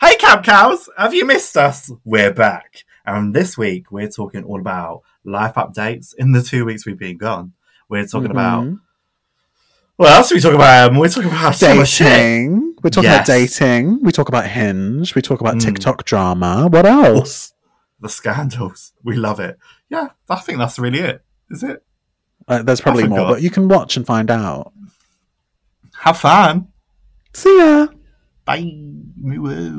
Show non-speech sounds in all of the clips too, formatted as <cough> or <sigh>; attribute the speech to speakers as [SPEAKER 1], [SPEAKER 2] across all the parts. [SPEAKER 1] Hey, Cab Cows! Have you missed us? We're back. And this week, we're talking all about life updates in the two weeks we've been gone. We're talking
[SPEAKER 2] Mm-hmm.
[SPEAKER 1] about. What else are we talking about? Um, we're talking about so much shit.
[SPEAKER 2] dating. We talk about
[SPEAKER 1] Yes.
[SPEAKER 2] dating. We talk about Hinge. We talk about
[SPEAKER 1] Mm.
[SPEAKER 2] TikTok drama. What else?
[SPEAKER 1] The scandals. We love it. Yeah, I think that's really it. Is it?
[SPEAKER 2] Uh, there's probably more,
[SPEAKER 1] forgot.
[SPEAKER 2] but you can watch and find out.
[SPEAKER 1] Have fun.
[SPEAKER 2] See ya.
[SPEAKER 1] Bye. Woo.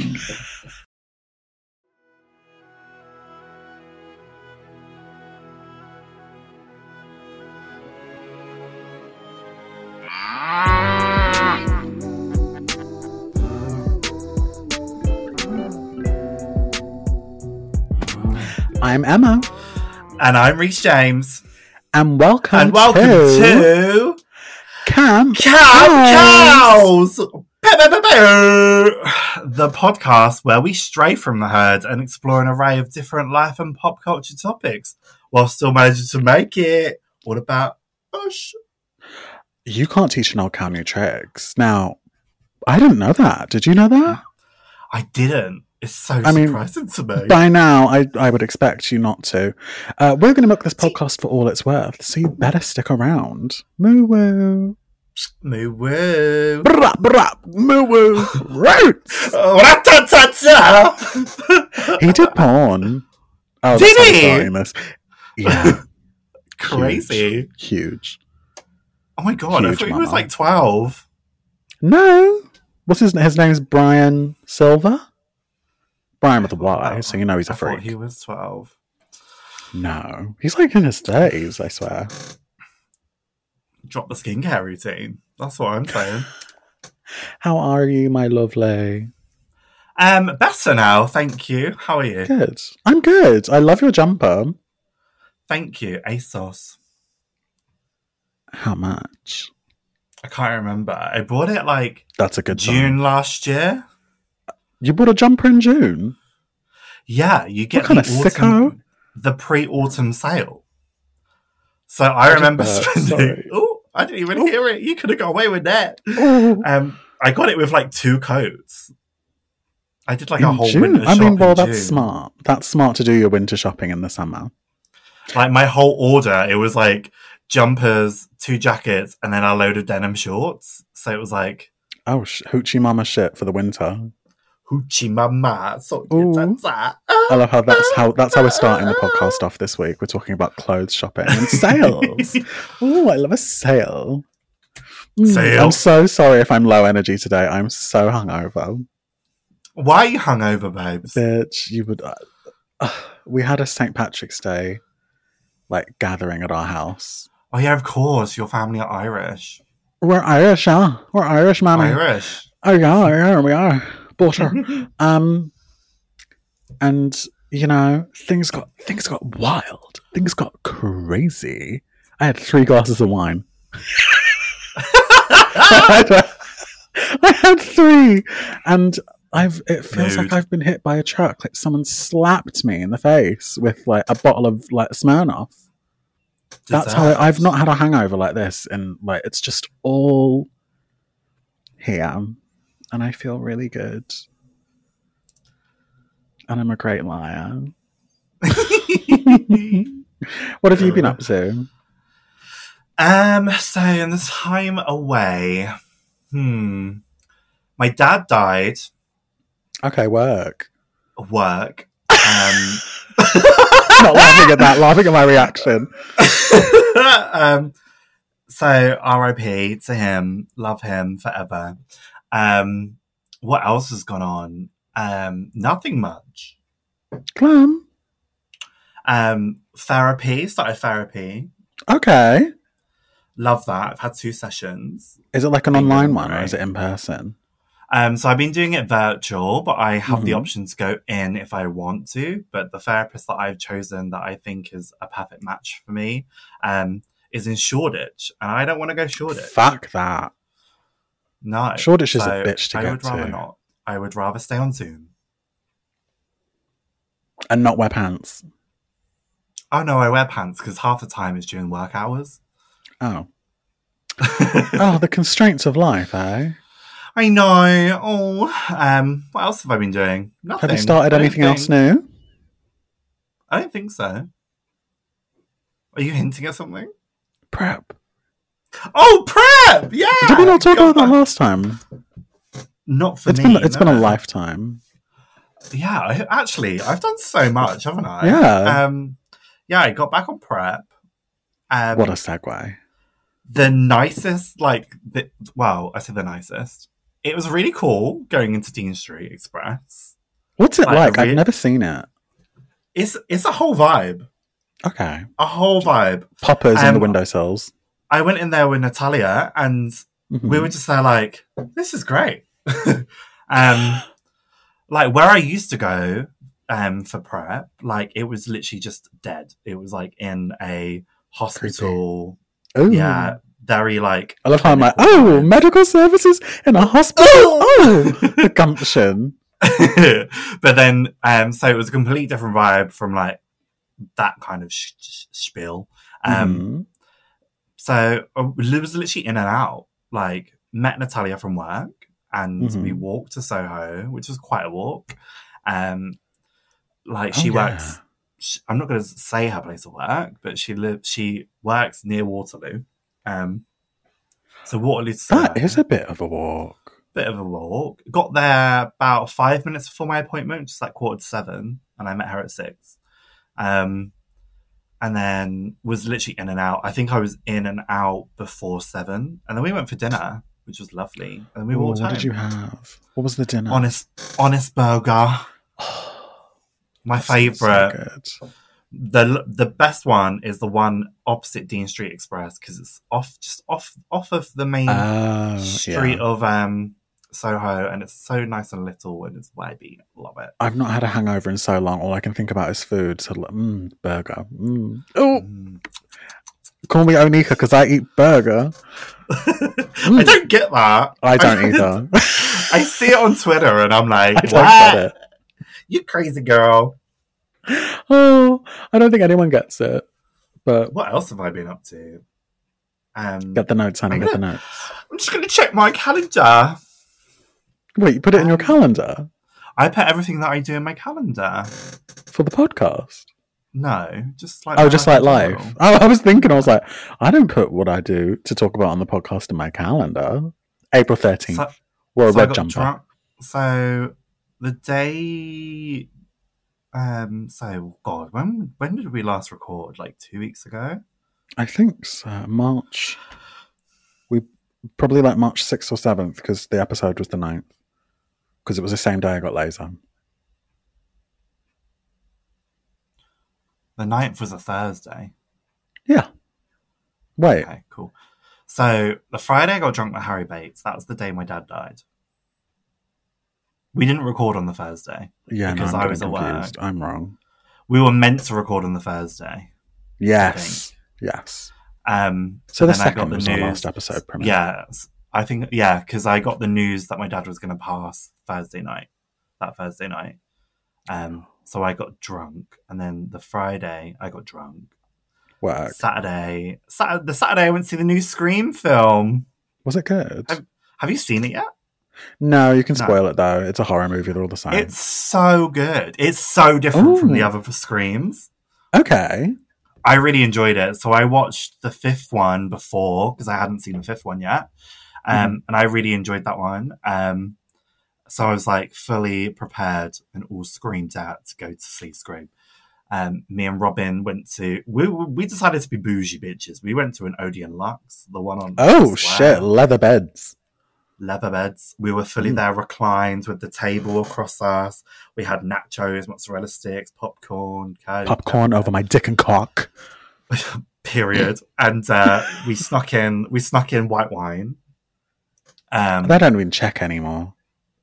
[SPEAKER 2] I'm Emma,
[SPEAKER 1] And I'm Reece James.
[SPEAKER 2] and welcome.
[SPEAKER 1] and welcome
[SPEAKER 2] to,
[SPEAKER 1] to
[SPEAKER 2] Camp
[SPEAKER 1] Cab Cows. Pew, pew, pew, pew. The podcast where we stray from the herd and explore an array of different life and pop culture topics while still managing to make it all about us.
[SPEAKER 2] You can't teach an old cow new tricks. Now, I didn't know that. Did you know that?
[SPEAKER 1] I didn't. It's so
[SPEAKER 2] I mean,
[SPEAKER 1] surprising to me.
[SPEAKER 2] By now, I, I would expect you not to. Uh, we're going to milk this podcast for all it's worth, so you better stick around. Moo woo.
[SPEAKER 1] Moo woo.
[SPEAKER 2] Brap, brap, moo
[SPEAKER 1] <laughs>
[SPEAKER 2] woo. Roots.
[SPEAKER 1] Ra-ta-ta-ta.
[SPEAKER 2] He did porn. Oh,
[SPEAKER 1] Did
[SPEAKER 2] that's how we're
[SPEAKER 1] he?
[SPEAKER 2] starting This.
[SPEAKER 1] <laughs>
[SPEAKER 2] Yeah,
[SPEAKER 1] Crazy.
[SPEAKER 2] huge.
[SPEAKER 1] Oh my god, I
[SPEAKER 2] Huge
[SPEAKER 1] thought he
[SPEAKER 2] mama.
[SPEAKER 1] was like 12.
[SPEAKER 2] No. What's his His name's Brian Silver? Brian with a Y, so you know he's a
[SPEAKER 1] Oh, I thought
[SPEAKER 2] freak.
[SPEAKER 1] he was 12.
[SPEAKER 2] No. He's like in his 30s, I swear.
[SPEAKER 1] Drop the skincare routine. That's what I'm saying.
[SPEAKER 2] How are you, my lovely?
[SPEAKER 1] Um, better now, thank you. How are you?
[SPEAKER 2] Good. I'm good. I love your jumper.
[SPEAKER 1] Thank you, ASOS.
[SPEAKER 2] How much?
[SPEAKER 1] I can't remember. I bought it like
[SPEAKER 2] That's a good sign.
[SPEAKER 1] June last year.
[SPEAKER 2] You bought a jumper
[SPEAKER 1] <laughs>
[SPEAKER 2] in June?
[SPEAKER 1] Yeah, you get
[SPEAKER 2] kinda
[SPEAKER 1] the autumn, the pre-autumn sale. So I remember
[SPEAKER 2] that,
[SPEAKER 1] spending.
[SPEAKER 2] sorry.
[SPEAKER 1] <laughs> Oh, I didn't even hear it. You could have got away with that.
[SPEAKER 2] Oh,
[SPEAKER 1] Um, I got it with like two coats. I did like a
[SPEAKER 2] in
[SPEAKER 1] whole
[SPEAKER 2] June.
[SPEAKER 1] winter
[SPEAKER 2] I
[SPEAKER 1] shop
[SPEAKER 2] mean,
[SPEAKER 1] in
[SPEAKER 2] well, that's
[SPEAKER 1] June.
[SPEAKER 2] smart. That's smart to do your winter shopping in the summer.
[SPEAKER 1] Like my whole order, it was like jumpers, two jackets, and then a load of denim shorts. So it was like
[SPEAKER 2] Oh, sh- hoochie mama shit for the winter.
[SPEAKER 1] hoochie mama. So
[SPEAKER 2] Ooh.
[SPEAKER 1] tata.
[SPEAKER 2] I love how that's how that's how we're starting the podcast off this week. We're talking about clothes shopping and sales. oh, I love a sale. Mm,
[SPEAKER 1] Sale.
[SPEAKER 2] I'm so sorry if I'm low energy today. I'm so hungover,
[SPEAKER 1] <laughs> Why are you hungover, babes?
[SPEAKER 2] bitch. You would. Uh, uh, we had a St. Patrick's Day like gathering at our house.
[SPEAKER 1] Oh yeah, of course. Your family are Irish.
[SPEAKER 2] We're Irish, yeah. We're Irish, mammy.
[SPEAKER 1] Irish.
[SPEAKER 2] Oh yeah, yeah, we are. Butter. Um, and you know, things got things got wild. Things got crazy. I had three glasses of wine. <laughs> I had- I had three, and I've. It feels
[SPEAKER 1] Mood.
[SPEAKER 2] like I've been hit by a truck. Like someone slapped me in the face with like a bottle of like Smirnoff. That's how I, I've not had a hangover like this, and like it's just all here, and I feel really good, and I'm a great liar. What have you been up to?
[SPEAKER 1] um. So in the time away, hmm, my dad died
[SPEAKER 2] <laughs> Okay, work.
[SPEAKER 1] at work. Um, <laughs>
[SPEAKER 2] Not laughing at that. Laughing at my reaction.
[SPEAKER 1] um, so R.I.P. to him. Love him forever. Um, what else has gone on? Um, nothing much.
[SPEAKER 2] Glam.
[SPEAKER 1] Um, therapy. Started therapy.
[SPEAKER 2] Okay.
[SPEAKER 1] Love that. I've had two sessions.
[SPEAKER 2] Is it like an
[SPEAKER 1] Been
[SPEAKER 2] online
[SPEAKER 1] going
[SPEAKER 2] one or
[SPEAKER 1] great.
[SPEAKER 2] is it in person?
[SPEAKER 1] Um, so I've been doing it virtual, but I have the
[SPEAKER 2] Mhm.
[SPEAKER 1] option to go in if I want to. But the therapist that I've chosen that I think is a perfect match for me um, is in Shoreditch, and I don't want to go Shoreditch.
[SPEAKER 2] Fuck that.
[SPEAKER 1] no,
[SPEAKER 2] Shoreditch is a bitch to
[SPEAKER 1] I
[SPEAKER 2] get
[SPEAKER 1] would rather
[SPEAKER 2] to.
[SPEAKER 1] not. I would rather stay on Zoom.
[SPEAKER 2] And not wear pants.
[SPEAKER 1] Oh no, I wear pants because half the time it's during work
[SPEAKER 2] <laughs>
[SPEAKER 1] hours.
[SPEAKER 2] Oh. Oh, the constraints of life, eh?
[SPEAKER 1] I know. Oh, um, what else have I been doing? Nothing.
[SPEAKER 2] Have you started
[SPEAKER 1] I don't
[SPEAKER 2] anything
[SPEAKER 1] think-
[SPEAKER 2] else new?
[SPEAKER 1] I don't think so. Are you hinting at something?
[SPEAKER 2] Prep.
[SPEAKER 1] Oh, prep! Yeah.
[SPEAKER 2] Did we not talk
[SPEAKER 1] Oh, God,
[SPEAKER 2] about that last time?
[SPEAKER 1] Not for
[SPEAKER 2] It's
[SPEAKER 1] me.
[SPEAKER 2] been it's
[SPEAKER 1] no.
[SPEAKER 2] been a lifetime.
[SPEAKER 1] Yeah, I, actually, I've done so much, haven't I?
[SPEAKER 2] Yeah.
[SPEAKER 1] Um, yeah, I got back on prep. Um,
[SPEAKER 2] what a segue.
[SPEAKER 1] the nicest, like, the, well, I said the nicest. It was really cool going into Dean Street Express.
[SPEAKER 2] What's it
[SPEAKER 1] like,
[SPEAKER 2] like?
[SPEAKER 1] re-
[SPEAKER 2] I've never seen it.
[SPEAKER 1] It's it's a whole vibe,
[SPEAKER 2] Okay.
[SPEAKER 1] a whole vibe.
[SPEAKER 2] Poppers in the
[SPEAKER 1] Um,
[SPEAKER 2] windowsills.
[SPEAKER 1] I went in there with Natalia, and
[SPEAKER 2] Mhm.
[SPEAKER 1] we were just there, like, this is great. <laughs> um, like where I used to go um for prep, like it was literally just dead. It was like in a hospital.
[SPEAKER 2] Ooh.
[SPEAKER 1] yeah, very like <laughs>
[SPEAKER 2] I love how I'm like,
[SPEAKER 1] clinical
[SPEAKER 2] oh,
[SPEAKER 1] vibe.
[SPEAKER 2] medical services in a hospital. Oh, the gumption.
[SPEAKER 1] but then, um, so it was a complete different vibe from like that kind of sh- sh- spiel. <laughs> Um,
[SPEAKER 2] Mhm.
[SPEAKER 1] so I was literally in and out. Like met Natalia from work, and
[SPEAKER 2] Mhm.
[SPEAKER 1] we walked to Soho, which was quite a walk. Um, like
[SPEAKER 2] Oh,
[SPEAKER 1] she
[SPEAKER 2] yeah.
[SPEAKER 1] works. She, I'm not going to say her place of work, but she lives. She works near Waterloo. Um, so um, Waterloo. to
[SPEAKER 2] That
[SPEAKER 1] Soho.
[SPEAKER 2] is a bit of a walk.
[SPEAKER 1] bit of a walk. Got there about five minutes before my appointment, just like quarter to seven, and I met her at six. Um, and then was literally in and out. I think I was in and out before seven, and then we went for dinner, which was lovely. And then we
[SPEAKER 2] Ooh,
[SPEAKER 1] walked
[SPEAKER 2] what
[SPEAKER 1] home.
[SPEAKER 2] did you have? What was the dinner? <sighs>
[SPEAKER 1] Honest, honest burger, my
[SPEAKER 2] That sounds so
[SPEAKER 1] favorite.
[SPEAKER 2] good.
[SPEAKER 1] the The best one is the one opposite Dean Street Express because it's off, just off, off of the main
[SPEAKER 2] Oh,
[SPEAKER 1] Uh, street
[SPEAKER 2] yeah.
[SPEAKER 1] of um Soho, and it's so nice and little, and it's vibey. Love it.
[SPEAKER 2] I've not had a hangover in so long. All I can think about is food. So, like, mm, burger. Mm. Oh,
[SPEAKER 1] Mm. <laughs>
[SPEAKER 2] call me Onika because I eat burger.
[SPEAKER 1] I don't get that.
[SPEAKER 2] I <laughs> don't either.
[SPEAKER 1] I see it on Twitter, and I'm like,
[SPEAKER 2] I don't
[SPEAKER 1] what?
[SPEAKER 2] get it.
[SPEAKER 1] You crazy girl.
[SPEAKER 2] Oh, I don't think anyone gets it. But
[SPEAKER 1] What else have I been up to? Um,
[SPEAKER 2] get the notes, honey.
[SPEAKER 1] I'm
[SPEAKER 2] Get <laughs> the
[SPEAKER 1] gonna-
[SPEAKER 2] notes.
[SPEAKER 1] I'm just gonna check my calendar.
[SPEAKER 2] Wait, you put it in your
[SPEAKER 1] Um,
[SPEAKER 2] calendar
[SPEAKER 1] I put everything that I do in my calendar.
[SPEAKER 2] for the podcast.
[SPEAKER 1] No, just like
[SPEAKER 2] Oh,
[SPEAKER 1] my
[SPEAKER 2] just like
[SPEAKER 1] in
[SPEAKER 2] life.
[SPEAKER 1] general.
[SPEAKER 2] Oh, I was thinking, I was like, I don't put what I do to talk about on the podcast in my calendar. April 13th,
[SPEAKER 1] So-
[SPEAKER 2] wore a
[SPEAKER 1] so I
[SPEAKER 2] red
[SPEAKER 1] got
[SPEAKER 2] jumper.
[SPEAKER 1] drunk. So the day. Um. So God, when when did we last record? Like two weeks ago.
[SPEAKER 2] I think so. March. We probably like March 6th or 7th because the episode was the 9th. Because it was the same day I got laser.
[SPEAKER 1] The 9th was a Thursday.
[SPEAKER 2] Wait,
[SPEAKER 1] Okay, cool. So the Friday I got drunk with Harry Bates. That was the day my dad died. We didn't record on the Thursday.
[SPEAKER 2] yeah,
[SPEAKER 1] Because
[SPEAKER 2] no,
[SPEAKER 1] I
[SPEAKER 2] I'm
[SPEAKER 1] was
[SPEAKER 2] getting
[SPEAKER 1] at work.
[SPEAKER 2] confused. I'm wrong.
[SPEAKER 1] We were meant to record on the Thursday.
[SPEAKER 2] Yes, yes.
[SPEAKER 1] Um,
[SPEAKER 2] So the
[SPEAKER 1] and I got
[SPEAKER 2] second
[SPEAKER 1] the
[SPEAKER 2] was our
[SPEAKER 1] news.
[SPEAKER 2] last episode premiere.
[SPEAKER 1] yeah, s- I think yeah, because I got the news that my dad was going to pass Thursday night. That Thursday night. Um, so I got drunk, and then the Friday I got drunk.
[SPEAKER 2] work
[SPEAKER 1] Saturday, Saturday, the Saturday I went to see the new Scream film.
[SPEAKER 2] was it good?
[SPEAKER 1] I've- Have you seen it yet?
[SPEAKER 2] No, you can
[SPEAKER 1] No.
[SPEAKER 2] spoil it though. It's a horror movie. They're all the same.
[SPEAKER 1] It's so good. It's so different from the
[SPEAKER 2] Ooh.
[SPEAKER 1] other screams.
[SPEAKER 2] okay.
[SPEAKER 1] I really enjoyed it. So I watched the fifth one before because I hadn't seen the fifth one yet. Um,
[SPEAKER 2] Mm-hmm.
[SPEAKER 1] And I really enjoyed that one. Um, so I was like fully prepared and all screamed out to go to see Scream. Um, me and Robin went to, we, we decided to be bougie bitches. We went to an Odeon Lux, the one on.
[SPEAKER 2] Oh
[SPEAKER 1] Leicester
[SPEAKER 2] shit!
[SPEAKER 1] Square
[SPEAKER 2] Leather beds.
[SPEAKER 1] leather beds. We were fully
[SPEAKER 2] Mm.
[SPEAKER 1] there reclined with the table across us. We had nachos, mozzarella sticks, popcorn, coke,
[SPEAKER 2] Popcorn over my dick and cock.
[SPEAKER 1] period. And uh, we snuck in. We snuck in white wine. Um,
[SPEAKER 2] They don't even check anymore.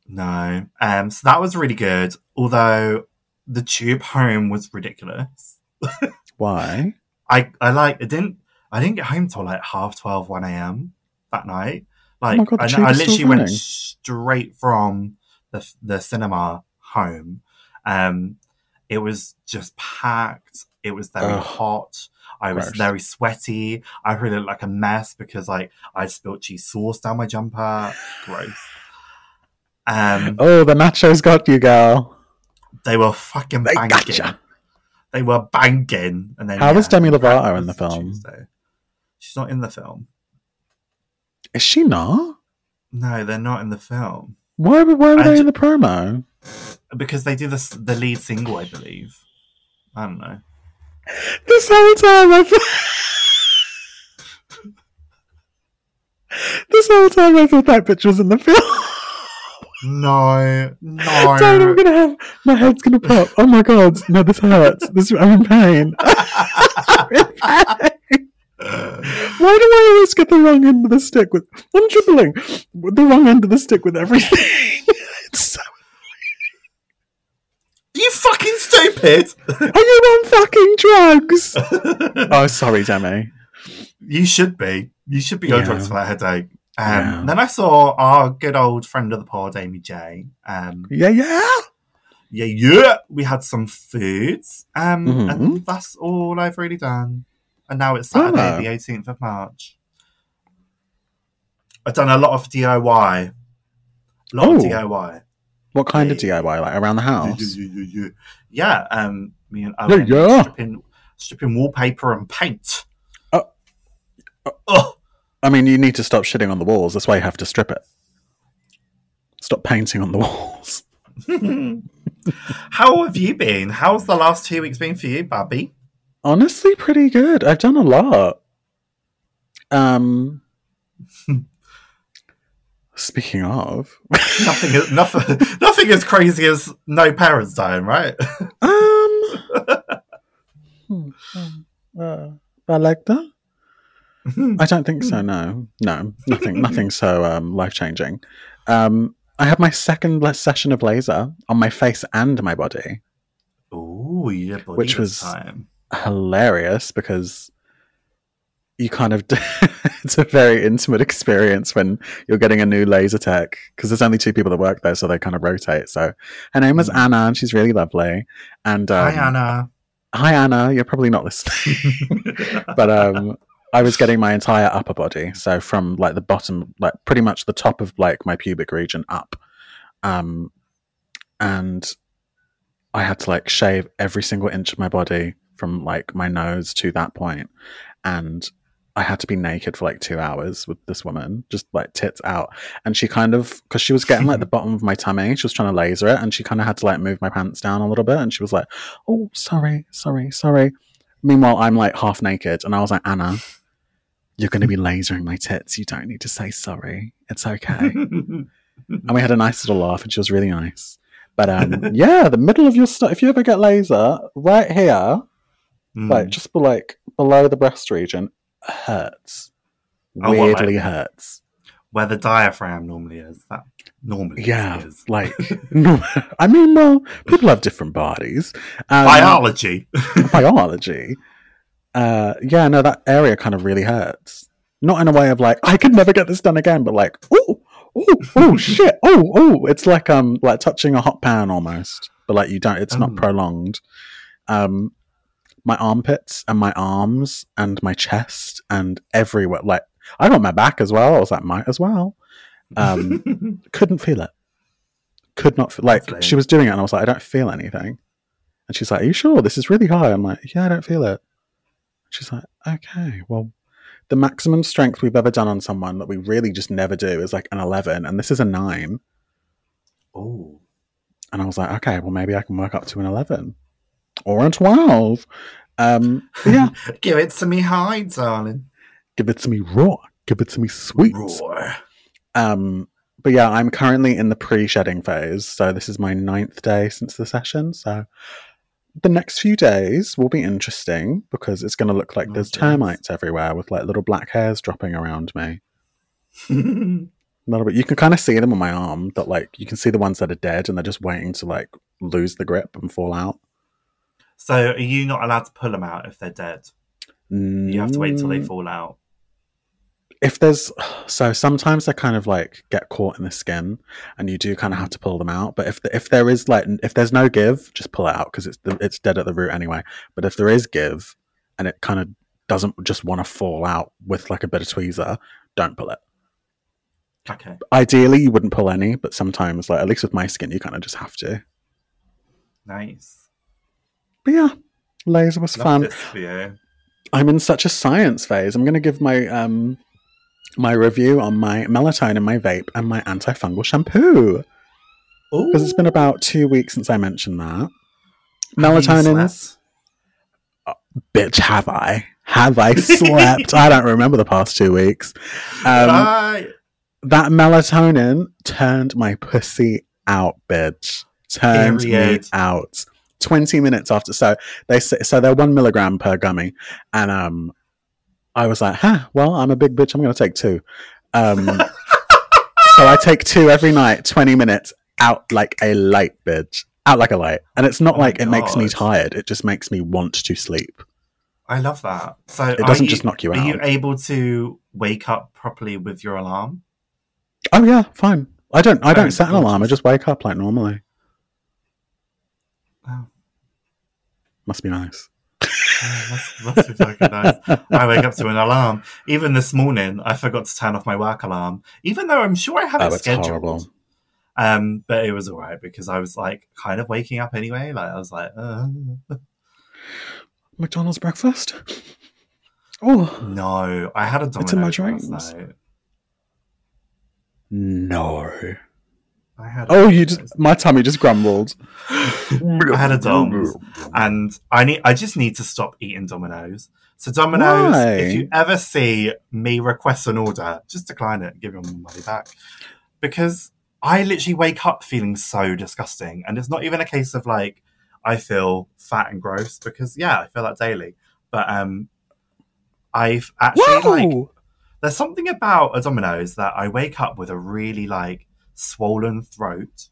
[SPEAKER 1] no. Um, so that was really good. Although the tube home was ridiculous. <laughs>
[SPEAKER 2] Why?
[SPEAKER 1] I I like I didn't I didn't get home till like half 12, 1 a.m. that night. Like
[SPEAKER 2] Oh my God, the
[SPEAKER 1] I,
[SPEAKER 2] tube
[SPEAKER 1] I
[SPEAKER 2] is still
[SPEAKER 1] literally went
[SPEAKER 2] running.
[SPEAKER 1] straight from the the cinema home. Um, it was just packed. It was very
[SPEAKER 2] Ugh.
[SPEAKER 1] hot. I was
[SPEAKER 2] Gross.
[SPEAKER 1] very sweaty. I really looked like a mess because like I spilled cheese sauce down my jumper. Gross. Um,
[SPEAKER 2] Oh, the nachos got you, girl.
[SPEAKER 1] They were fucking
[SPEAKER 2] They
[SPEAKER 1] banging.
[SPEAKER 2] gotcha.
[SPEAKER 1] They were banging. And then
[SPEAKER 2] How was Demi Lovato
[SPEAKER 1] Brown
[SPEAKER 2] in the
[SPEAKER 1] was
[SPEAKER 2] film?
[SPEAKER 1] Tuesday. She's not in the film.
[SPEAKER 2] Is she not?
[SPEAKER 1] No, they're not in the film
[SPEAKER 2] Why, were- why were
[SPEAKER 1] I
[SPEAKER 2] they
[SPEAKER 1] ju-
[SPEAKER 2] in the promo?
[SPEAKER 1] because they do the s- the lead single, I believe. I don't know.
[SPEAKER 2] This whole time I thought. this whole time I thought that bitch was in the film. <laughs>
[SPEAKER 1] No, no.
[SPEAKER 2] Sorry,
[SPEAKER 1] <laughs>
[SPEAKER 2] I'm gonna have my head's gonna pop. Oh my god, no, this hurts. This I'm in pain. <laughs> Why do I always get the wrong end of the stick with? I'm dribbling with the wrong end of the stick with everything. <laughs> It's so-
[SPEAKER 1] you fucking stupid. <laughs>
[SPEAKER 2] Are you on fucking drugs? oh, sorry, Demi.
[SPEAKER 1] you should be. You should be on
[SPEAKER 2] Yeah.
[SPEAKER 1] drugs for that headache. Um,
[SPEAKER 2] Yeah.
[SPEAKER 1] Then I saw our good old friend of the pod, Amy J. Um,
[SPEAKER 2] Yeah, yeah.
[SPEAKER 1] yeah, yeah. We had some foods, um,
[SPEAKER 2] Mhm.
[SPEAKER 1] and that's all I've really done. And now it's Saturday,
[SPEAKER 2] Oh.
[SPEAKER 1] the eighteenth of March. I've done a lot of DIY. A lot
[SPEAKER 2] Oh.
[SPEAKER 1] of DIY.
[SPEAKER 2] What kind of DIY? Like around the house?
[SPEAKER 1] Yeah. Um, me and
[SPEAKER 2] Yeah,
[SPEAKER 1] Owen
[SPEAKER 2] yeah.
[SPEAKER 1] stripping, stripping wallpaper and paint.
[SPEAKER 2] Oh.
[SPEAKER 1] Ugh.
[SPEAKER 2] I mean, you need to stop shitting on the walls. That's why you have to strip it. Stop painting on the <laughs> walls.
[SPEAKER 1] <laughs> How have you been? How's the last two weeks been for you, Babby?
[SPEAKER 2] Honestly, pretty good. I've done a lot. Um, <laughs> speaking of,
[SPEAKER 1] Nothing, <laughs> nothing, nothing as crazy as no parents dying, right? <laughs>
[SPEAKER 2] um, hmm, um, uh, I like that. I don't think so. No, no, nothing, nothing so um, life changing. Um, I had my second le- session of laser on my face and my body.
[SPEAKER 1] Ooh, you did a body
[SPEAKER 2] Which
[SPEAKER 1] this
[SPEAKER 2] was-
[SPEAKER 1] time.
[SPEAKER 2] hilarious because you kind of <laughs> it's a very intimate experience when you're getting a new laser tech because there's only two people that work there so they kind of rotate so her name is
[SPEAKER 1] Mm.
[SPEAKER 2] anna and she's really lovely and um,
[SPEAKER 1] Hi,
[SPEAKER 2] <laughs>
[SPEAKER 1] Anna.
[SPEAKER 2] hi anna you're probably not listening but um i was getting my entire upper body so from like the bottom like pretty much the top of like my pubic region up um and i had to like shave every single inch of my body from like my nose to that point and i had to be naked for like two hours with this woman just like tits out and she kind of because she was getting like the bottom of my tummy she was trying to laser it and she kind of had to like move my pants down a little bit and she was like oh sorry sorry sorry Meanwhile, I'm like half naked, and I was like, Anna, you're going to be lasering my tits. You don't need to say sorry.
[SPEAKER 1] <laughs>
[SPEAKER 2] It's okay. and we had a nice little laugh, and she was really nice. But um, <laughs> yeah, the middle of your stuff, if you ever get laser, right here, like
[SPEAKER 1] Mm.
[SPEAKER 2] just be- like below the breast region, hurts.
[SPEAKER 1] Oh, what, like-
[SPEAKER 2] Weirdly hurts.
[SPEAKER 1] Where the diaphragm normally is. That normally
[SPEAKER 2] Yeah,
[SPEAKER 1] is.
[SPEAKER 2] like <laughs> no, I mean, well, people have different bodies. Um,
[SPEAKER 1] Biology.
[SPEAKER 2] <laughs> biology. Uh, yeah, no, that area kind of really hurts. Not in a way of like I could never get this done again, but like oh, oh, oh, shit, oh, oh. It's like um, like touching a hot pan almost, but like you don't. It's
[SPEAKER 1] Oh.
[SPEAKER 2] not prolonged. Um, my armpits and my arms and my chest and everywhere. Like I got my back as well. I was like, might as well.
[SPEAKER 1] <laughs>
[SPEAKER 2] Um, couldn't feel it. Could not feel, like
[SPEAKER 1] Lovely.
[SPEAKER 2] she was doing it, and I was like, I don't feel anything. And she's like, Are you sure this is really high? I'm like, Yeah, I don't feel it. She's like, Okay, well, the maximum strength we've ever done on someone that we really just never do is like an eleven, and this is a nine.
[SPEAKER 1] oh.
[SPEAKER 2] And I was like, Okay, well, maybe I can work up to an eleven or a twelve. Um, yeah,
[SPEAKER 1] Give it to me high, darling.
[SPEAKER 2] give it to me raw, give it to me sweet.
[SPEAKER 1] Roar. <laughs>
[SPEAKER 2] Um, but yeah, I'm currently in the pre-shedding phase, so this is my ninth day since the session. So the next few days will be interesting because it's going to look like
[SPEAKER 1] Oh,
[SPEAKER 2] there's
[SPEAKER 1] jeez.
[SPEAKER 2] termites everywhere with like little black hairs dropping around me. A little bit. You can kind of see them on my arm. That like you can see the ones that are dead and they're just waiting to like lose the grip and fall out.
[SPEAKER 1] so, are you not allowed to pull them out if they're dead? You have to wait till
[SPEAKER 2] Mm.
[SPEAKER 1] they fall out.
[SPEAKER 2] if there's so sometimes they kind of like get caught in the skin and you do kind of have to pull them out but if the, if there is like if there's no give just pull it out because it's the, it's dead at the root anyway but if there is give and it kind of doesn't just want to fall out with like a bit of tweezer don't pull it
[SPEAKER 1] Okay.
[SPEAKER 2] Ideally, you wouldn't pull any, but sometimes, like at least with my skin, you kind of just have to.
[SPEAKER 1] Nice.
[SPEAKER 2] But yeah, laser was
[SPEAKER 1] Love
[SPEAKER 2] fun.
[SPEAKER 1] this for you.
[SPEAKER 2] I'm in such a science phase. I'm going to give my um my review on my melatonin, my vape, and my antifungal shampoo because it's been about two weeks since I mentioned that. Melatonin, bitch, have I? Have I <laughs> slept? I don't remember the past two weeks. Um,
[SPEAKER 1] Bye.
[SPEAKER 2] that melatonin turned my pussy out, bitch. Turned
[SPEAKER 1] Period.
[SPEAKER 2] me out. Twenty minutes after, so they s- so they're one milligram per gummy, and um, I was like, huh, well, I'm a big bitch. I'm gonna take two.
[SPEAKER 1] <laughs>
[SPEAKER 2] Um, so I take two every night, twenty minutes out like a light, bitch. Out like a light, and it's not
[SPEAKER 1] Oh my
[SPEAKER 2] like it makes me
[SPEAKER 1] God.
[SPEAKER 2] tired. It just makes me want to sleep.
[SPEAKER 1] I love that. So
[SPEAKER 2] It doesn't just knock you
[SPEAKER 1] Are
[SPEAKER 2] out.
[SPEAKER 1] you able to wake up properly with your alarm?
[SPEAKER 2] oh yeah, fine. I don't. I
[SPEAKER 1] Oh,
[SPEAKER 2] don't set an
[SPEAKER 1] gorgeous.
[SPEAKER 2] alarm. I just wake up like normally.
[SPEAKER 1] Oh,
[SPEAKER 2] Must be nice.
[SPEAKER 1] oh, that's, that's be fucking nice. I wake up to an alarm. Even this morning, I forgot to turn off my work alarm, even though I'm sure I have
[SPEAKER 2] Oh,
[SPEAKER 1] it
[SPEAKER 2] it's
[SPEAKER 1] scheduled.
[SPEAKER 2] horrible.
[SPEAKER 1] Um, but it was all right because I was like kind of waking up anyway. Like I was like, uh,
[SPEAKER 2] McDonald's breakfast. <laughs> Oh
[SPEAKER 1] no, I had a Domino's
[SPEAKER 2] in my
[SPEAKER 1] last
[SPEAKER 2] dreams.
[SPEAKER 1] night.
[SPEAKER 2] no!
[SPEAKER 1] I had. a
[SPEAKER 2] Oh, you just
[SPEAKER 1] Domino's.
[SPEAKER 2] my tummy just grumbled.
[SPEAKER 1] I had a Dom's, and I need. I just need to stop eating Domino's. So Domino's,
[SPEAKER 2] Why?
[SPEAKER 1] if you ever see me request an order, just decline it. and Give me my money back because I literally wake up feeling so disgusting, and it's not even a case of like I feel fat and gross because yeah, I feel that daily. But um, I've actually like
[SPEAKER 2] Whoa!
[SPEAKER 1] there's something about a Domino's that I wake up with a really like swollen throat,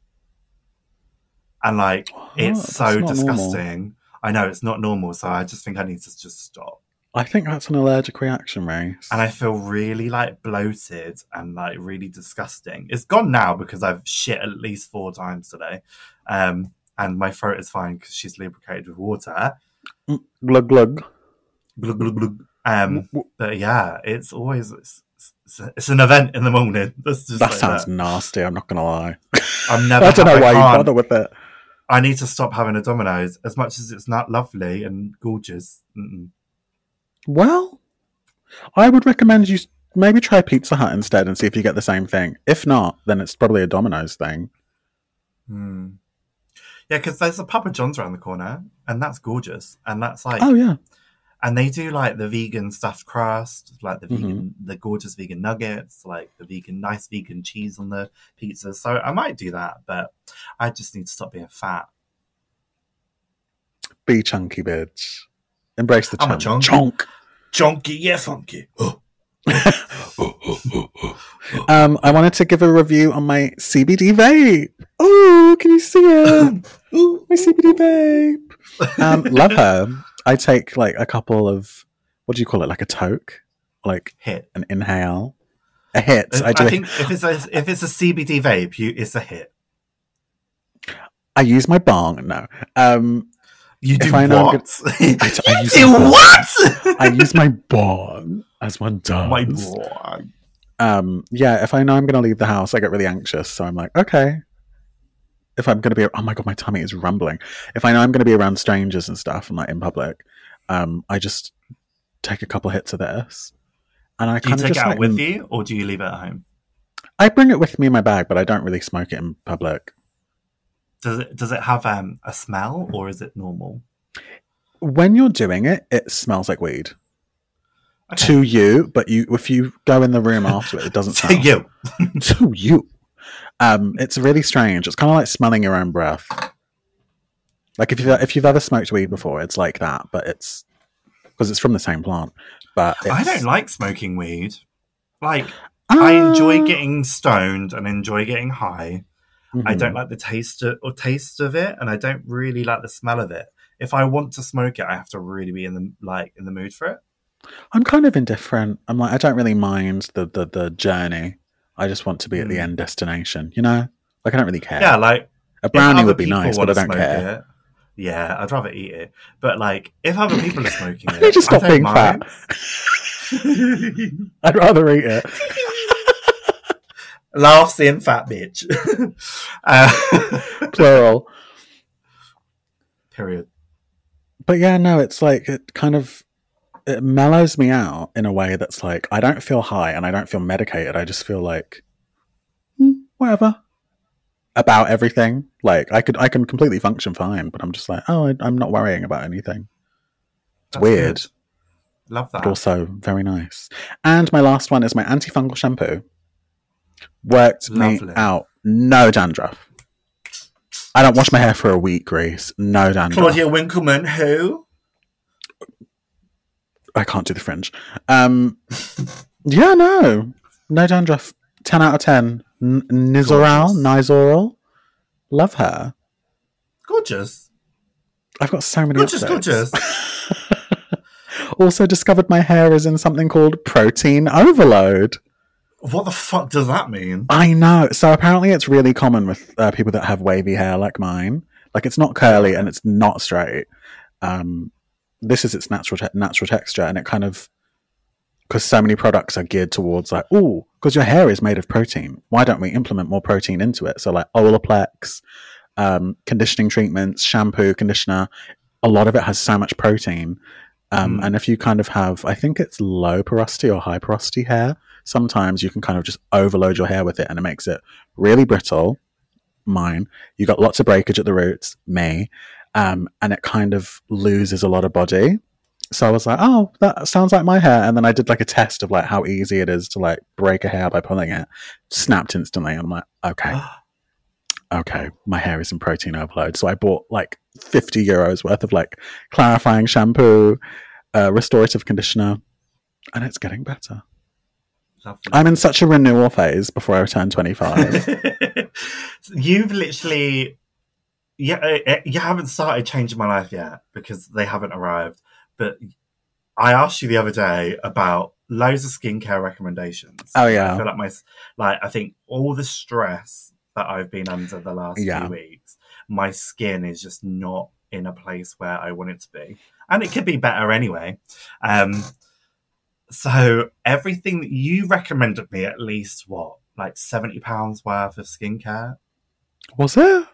[SPEAKER 1] and like it's
[SPEAKER 2] Oh, that's
[SPEAKER 1] so
[SPEAKER 2] not normal.
[SPEAKER 1] disgusting. I know it's not normal, so I just think I need to just stop.
[SPEAKER 2] I think that's an allergic reaction, Ray.
[SPEAKER 1] And I feel really like bloated and like really disgusting. It's gone now because I've shit at least four times today, um, and my throat is fine because she's lubricated with water.
[SPEAKER 2] glug glug.
[SPEAKER 1] Glug, glug, glug. Um,
[SPEAKER 2] W-
[SPEAKER 1] but yeah, it's always it's, it's, it's an event in the morning. <laughs> That's just
[SPEAKER 2] That
[SPEAKER 1] like
[SPEAKER 2] sounds nasty. I'm not gonna lie.
[SPEAKER 1] I'm never.
[SPEAKER 2] I don't know why you
[SPEAKER 1] can't.
[SPEAKER 2] bother with it.
[SPEAKER 1] I need to stop having a Domino's as much as it's not lovely and gorgeous. Mm-mm.
[SPEAKER 2] Well, I would recommend you s- maybe try Pizza Hut instead and see if you get the same thing. If not, then it's probably a Domino's thing.
[SPEAKER 1] Mm. Yeah, because there's a Papa John's around the corner, and that's gorgeous, and that's like,
[SPEAKER 2] Oh yeah,
[SPEAKER 1] and they do like the vegan stuffed crust, like the vegan,
[SPEAKER 2] Mm-hmm.
[SPEAKER 1] the gorgeous vegan nuggets, like the vegan, nice vegan cheese on the pizza. So I might do that, but I just need to stop being fat.
[SPEAKER 2] be chunky, bitch. Embrace the
[SPEAKER 1] I'm a
[SPEAKER 2] chunk.
[SPEAKER 1] chunk.
[SPEAKER 2] chunk.
[SPEAKER 1] Junky, yeah, <laughs> funky. Oh.
[SPEAKER 2] Um, I wanted to give a review on my CBD vape. Oh, can you see it?
[SPEAKER 1] <laughs> Ooh.
[SPEAKER 2] my CBD vape. Um, love her. I take like a couple of what do you call it? Like a toke, like
[SPEAKER 1] Hit.
[SPEAKER 2] an inhale, a hit. I
[SPEAKER 1] Uh, I,
[SPEAKER 2] do. a-
[SPEAKER 1] think if it's a, if it's a CBD vape, you it's a hit.
[SPEAKER 2] I use my bong. No, um,
[SPEAKER 1] You do
[SPEAKER 2] If I know I'm
[SPEAKER 1] what? <laughs> you
[SPEAKER 2] <laughs> I t- I use
[SPEAKER 1] do
[SPEAKER 2] my bong.
[SPEAKER 1] what?
[SPEAKER 2] I use my bong as one does.
[SPEAKER 1] <laughs> My God.
[SPEAKER 2] um yeah if i know i'm gonna leave the house i get really anxious so i'm like okay if i'm gonna be oh my god my tummy is rumbling if i know i'm gonna be around strangers and stuff and like in public um i just take a couple hits of this and i
[SPEAKER 1] Do you
[SPEAKER 2] kind of
[SPEAKER 1] take it
[SPEAKER 2] just
[SPEAKER 1] out
[SPEAKER 2] like, mm,
[SPEAKER 1] with you, or do you leave it at home?
[SPEAKER 2] i bring it with me in my bag but i don't really smoke it in public
[SPEAKER 1] Does it does it have um, a smell, or is it normal?
[SPEAKER 2] when you're doing it it smells like weed
[SPEAKER 1] Okay.
[SPEAKER 2] to you but you if you go in the room afterward
[SPEAKER 1] <laughs>
[SPEAKER 2] it doesn't
[SPEAKER 1] To
[SPEAKER 2] smell
[SPEAKER 1] you,
[SPEAKER 2] <laughs> to you. Um, it's really strange. It's kind of like smelling your own breath. Like if you've if you've ever smoked weed before, it's like that, but it's because it's from the same plant. But it's,
[SPEAKER 1] I don't like smoking weed. Like I enjoy
[SPEAKER 2] Ah.
[SPEAKER 1] getting stoned and enjoy getting high. I
[SPEAKER 2] Mhm.
[SPEAKER 1] don't like the taste of, or taste of it, and I don't really like the smell of it. If I want to smoke it, I have to really be in the like in the mood for it.
[SPEAKER 2] I'm kind of indifferent. I'm like I don't really mind the the, the journey. I just want to be at the
[SPEAKER 1] Mm.
[SPEAKER 2] end destination. You know, like I don't really care.
[SPEAKER 1] Yeah, like
[SPEAKER 2] a
[SPEAKER 1] If
[SPEAKER 2] brownie
[SPEAKER 1] other
[SPEAKER 2] would be
[SPEAKER 1] people
[SPEAKER 2] nice, but
[SPEAKER 1] wanna
[SPEAKER 2] I don't
[SPEAKER 1] smoke
[SPEAKER 2] care.
[SPEAKER 1] It, yeah, I'd rather eat it. But like, if other people are smoking
[SPEAKER 2] I <laughs>
[SPEAKER 1] it,
[SPEAKER 2] need to stop
[SPEAKER 1] I don't
[SPEAKER 2] being <laughs>
[SPEAKER 1] mind. <laughs>
[SPEAKER 2] I'd rather eat it.
[SPEAKER 1] Laughs in fat bitch. <laughs> uh,
[SPEAKER 2] plural.
[SPEAKER 1] period.
[SPEAKER 2] But yeah, no, it's like it kind of it mellows me out in a way that's like I don't feel high and I don't feel medicated. I just feel like "Hmm, whatever about everything. Like I could I can completely function fine, but I'm just like oh I, I'm not worrying about anything. It's
[SPEAKER 1] That's
[SPEAKER 2] weird,
[SPEAKER 1] good. Love that.
[SPEAKER 2] but also very nice. And my last one is my antifungal shampoo. Worked me
[SPEAKER 1] Lovely.
[SPEAKER 2] out. No dandruff. I don't wash my hair for a week, Grace. No dandruff.
[SPEAKER 1] Claudia Winkleman, who?
[SPEAKER 2] I can't do the fringe. Um, <laughs> yeah, no, no dandruff. Ten out of ten. N- Nizoral,
[SPEAKER 1] Gorgeous.
[SPEAKER 2] Nizoral, love her.
[SPEAKER 1] Gorgeous.
[SPEAKER 2] I've got so many.
[SPEAKER 1] Gorgeous,
[SPEAKER 2] updates.
[SPEAKER 1] gorgeous.
[SPEAKER 2] Also discovered my hair is in something called protein overload.
[SPEAKER 1] What the fuck does that mean?
[SPEAKER 2] I know. So apparently, it's really common with uh, people that have wavy hair like mine. Like it's not curly and it's not straight. Um, this is its natural te- natural texture, and it kind of because so many products are geared towards like, oh, because your hair is made of protein. Why don't we implement more protein into it? So like Olaplex, um, conditioning treatments, shampoo, conditioner. A lot of it has so much protein. Um,
[SPEAKER 1] Mm.
[SPEAKER 2] And if you kind of have, I think it's low porosity or high porosity hair, sometimes you can kind of just overload your hair with it and it makes it really brittle. Mine. You got lots of breakage at the roots, me. Um, and it kind of loses a lot of body. So I was like, oh, that sounds like my hair. And then I did like a test of like how easy it is to like break a hair by pulling it. Snapped instantly. And I'm like, okay
[SPEAKER 1] <gasps>
[SPEAKER 2] okay, my hair is in protein overload. So I bought like 50 euros worth of like clarifying shampoo, uh, restorative conditioner, and it's getting better.
[SPEAKER 1] Lovely.
[SPEAKER 2] I'm in such a renewal phase before I turn 25.
[SPEAKER 1] <laughs> You've literally, yeah, uh, uh, you haven't started changing my life yet because they haven't arrived. But I asked you the other day about loads of skincare recommendations.
[SPEAKER 2] oh,
[SPEAKER 1] I
[SPEAKER 2] yeah.
[SPEAKER 1] feel like my, like I think all the stress that I've been under the last
[SPEAKER 2] Yeah.
[SPEAKER 1] few weeks, my skin is just not in a place where I want it to be, and it could be better anyway. Um, so everything that you recommended me, at least what like seventy pounds worth of skincare.
[SPEAKER 2] Was it?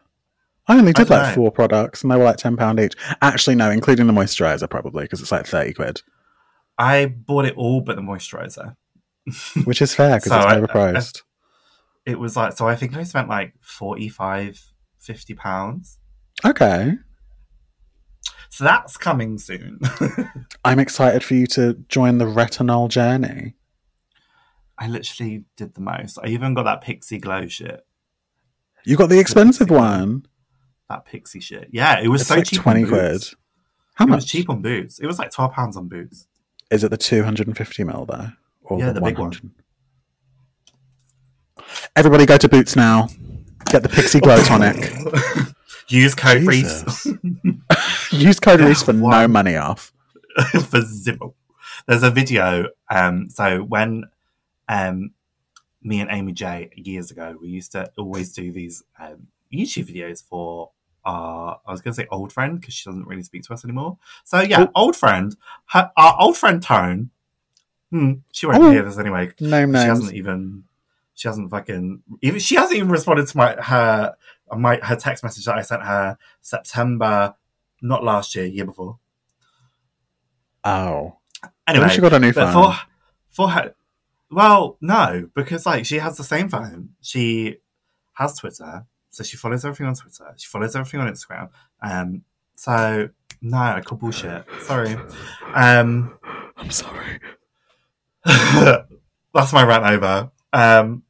[SPEAKER 2] I only did
[SPEAKER 1] I
[SPEAKER 2] like
[SPEAKER 1] dunno.
[SPEAKER 2] four products and they were like £10 each. Actually, no, including the moisturizer probably because it's like 30
[SPEAKER 1] <laughs>
[SPEAKER 2] quid,
[SPEAKER 1] I bought it all but the moisturizer.
[SPEAKER 2] which is fair because
[SPEAKER 1] So
[SPEAKER 2] it's
[SPEAKER 1] I-
[SPEAKER 2] overpriced.
[SPEAKER 1] It was like so. I think I spent like 45 50 pounds.
[SPEAKER 2] okay.
[SPEAKER 1] So that's coming soon. <laughs>
[SPEAKER 2] I'm excited for you to join the retinol journey.
[SPEAKER 1] I literally did the most. I even got that pixie glow shit.
[SPEAKER 2] You got the expensive one.
[SPEAKER 1] That pixie shit. Yeah, it was
[SPEAKER 2] It's
[SPEAKER 1] so
[SPEAKER 2] like
[SPEAKER 1] cheap.
[SPEAKER 2] 20
[SPEAKER 1] on
[SPEAKER 2] quid.
[SPEAKER 1] Boots.
[SPEAKER 2] How
[SPEAKER 1] It
[SPEAKER 2] much?
[SPEAKER 1] was cheap on boots. It was like twelve pounds on boots.
[SPEAKER 2] Is it the 250 mil though? Or
[SPEAKER 1] Yeah, the big one.
[SPEAKER 2] Everybody go to Boots now. Get the Pixie Glow Tonic.
[SPEAKER 1] <laughs> Use code Reese
[SPEAKER 2] Jesus. Use code
[SPEAKER 1] Yeah,
[SPEAKER 2] Reese for no
[SPEAKER 1] one.
[SPEAKER 2] money off.
[SPEAKER 1] <laughs> for Zimmel. There's a video. Um, so when um, me and Amy J years ago, we used to always do these um, YouTube videos for our. I was going to say old friend because she doesn't really speak to us anymore. So yeah,
[SPEAKER 2] Oh.
[SPEAKER 1] old friend. Her, our old friend Tone. Hmm, she won't
[SPEAKER 2] Oh.
[SPEAKER 1] hear this anyway.
[SPEAKER 2] Name
[SPEAKER 1] She
[SPEAKER 2] names.
[SPEAKER 1] hasn't e- even. She hasn't fucking. Even she hasn't even responded to my her my her text message that I sent her September, not last year, year before.
[SPEAKER 2] Oh. Maybe
[SPEAKER 1] Anyway,
[SPEAKER 2] she got a new
[SPEAKER 1] but
[SPEAKER 2] phone.
[SPEAKER 1] for for her, well, no, because like she has the same phone. She has Twitter, so she follows everything on Twitter. She follows everything on Instagram. Um, so no, I call bullshit. Sorry. Um.
[SPEAKER 2] I'm sorry.
[SPEAKER 1] <laughs> That's my rant over. Um,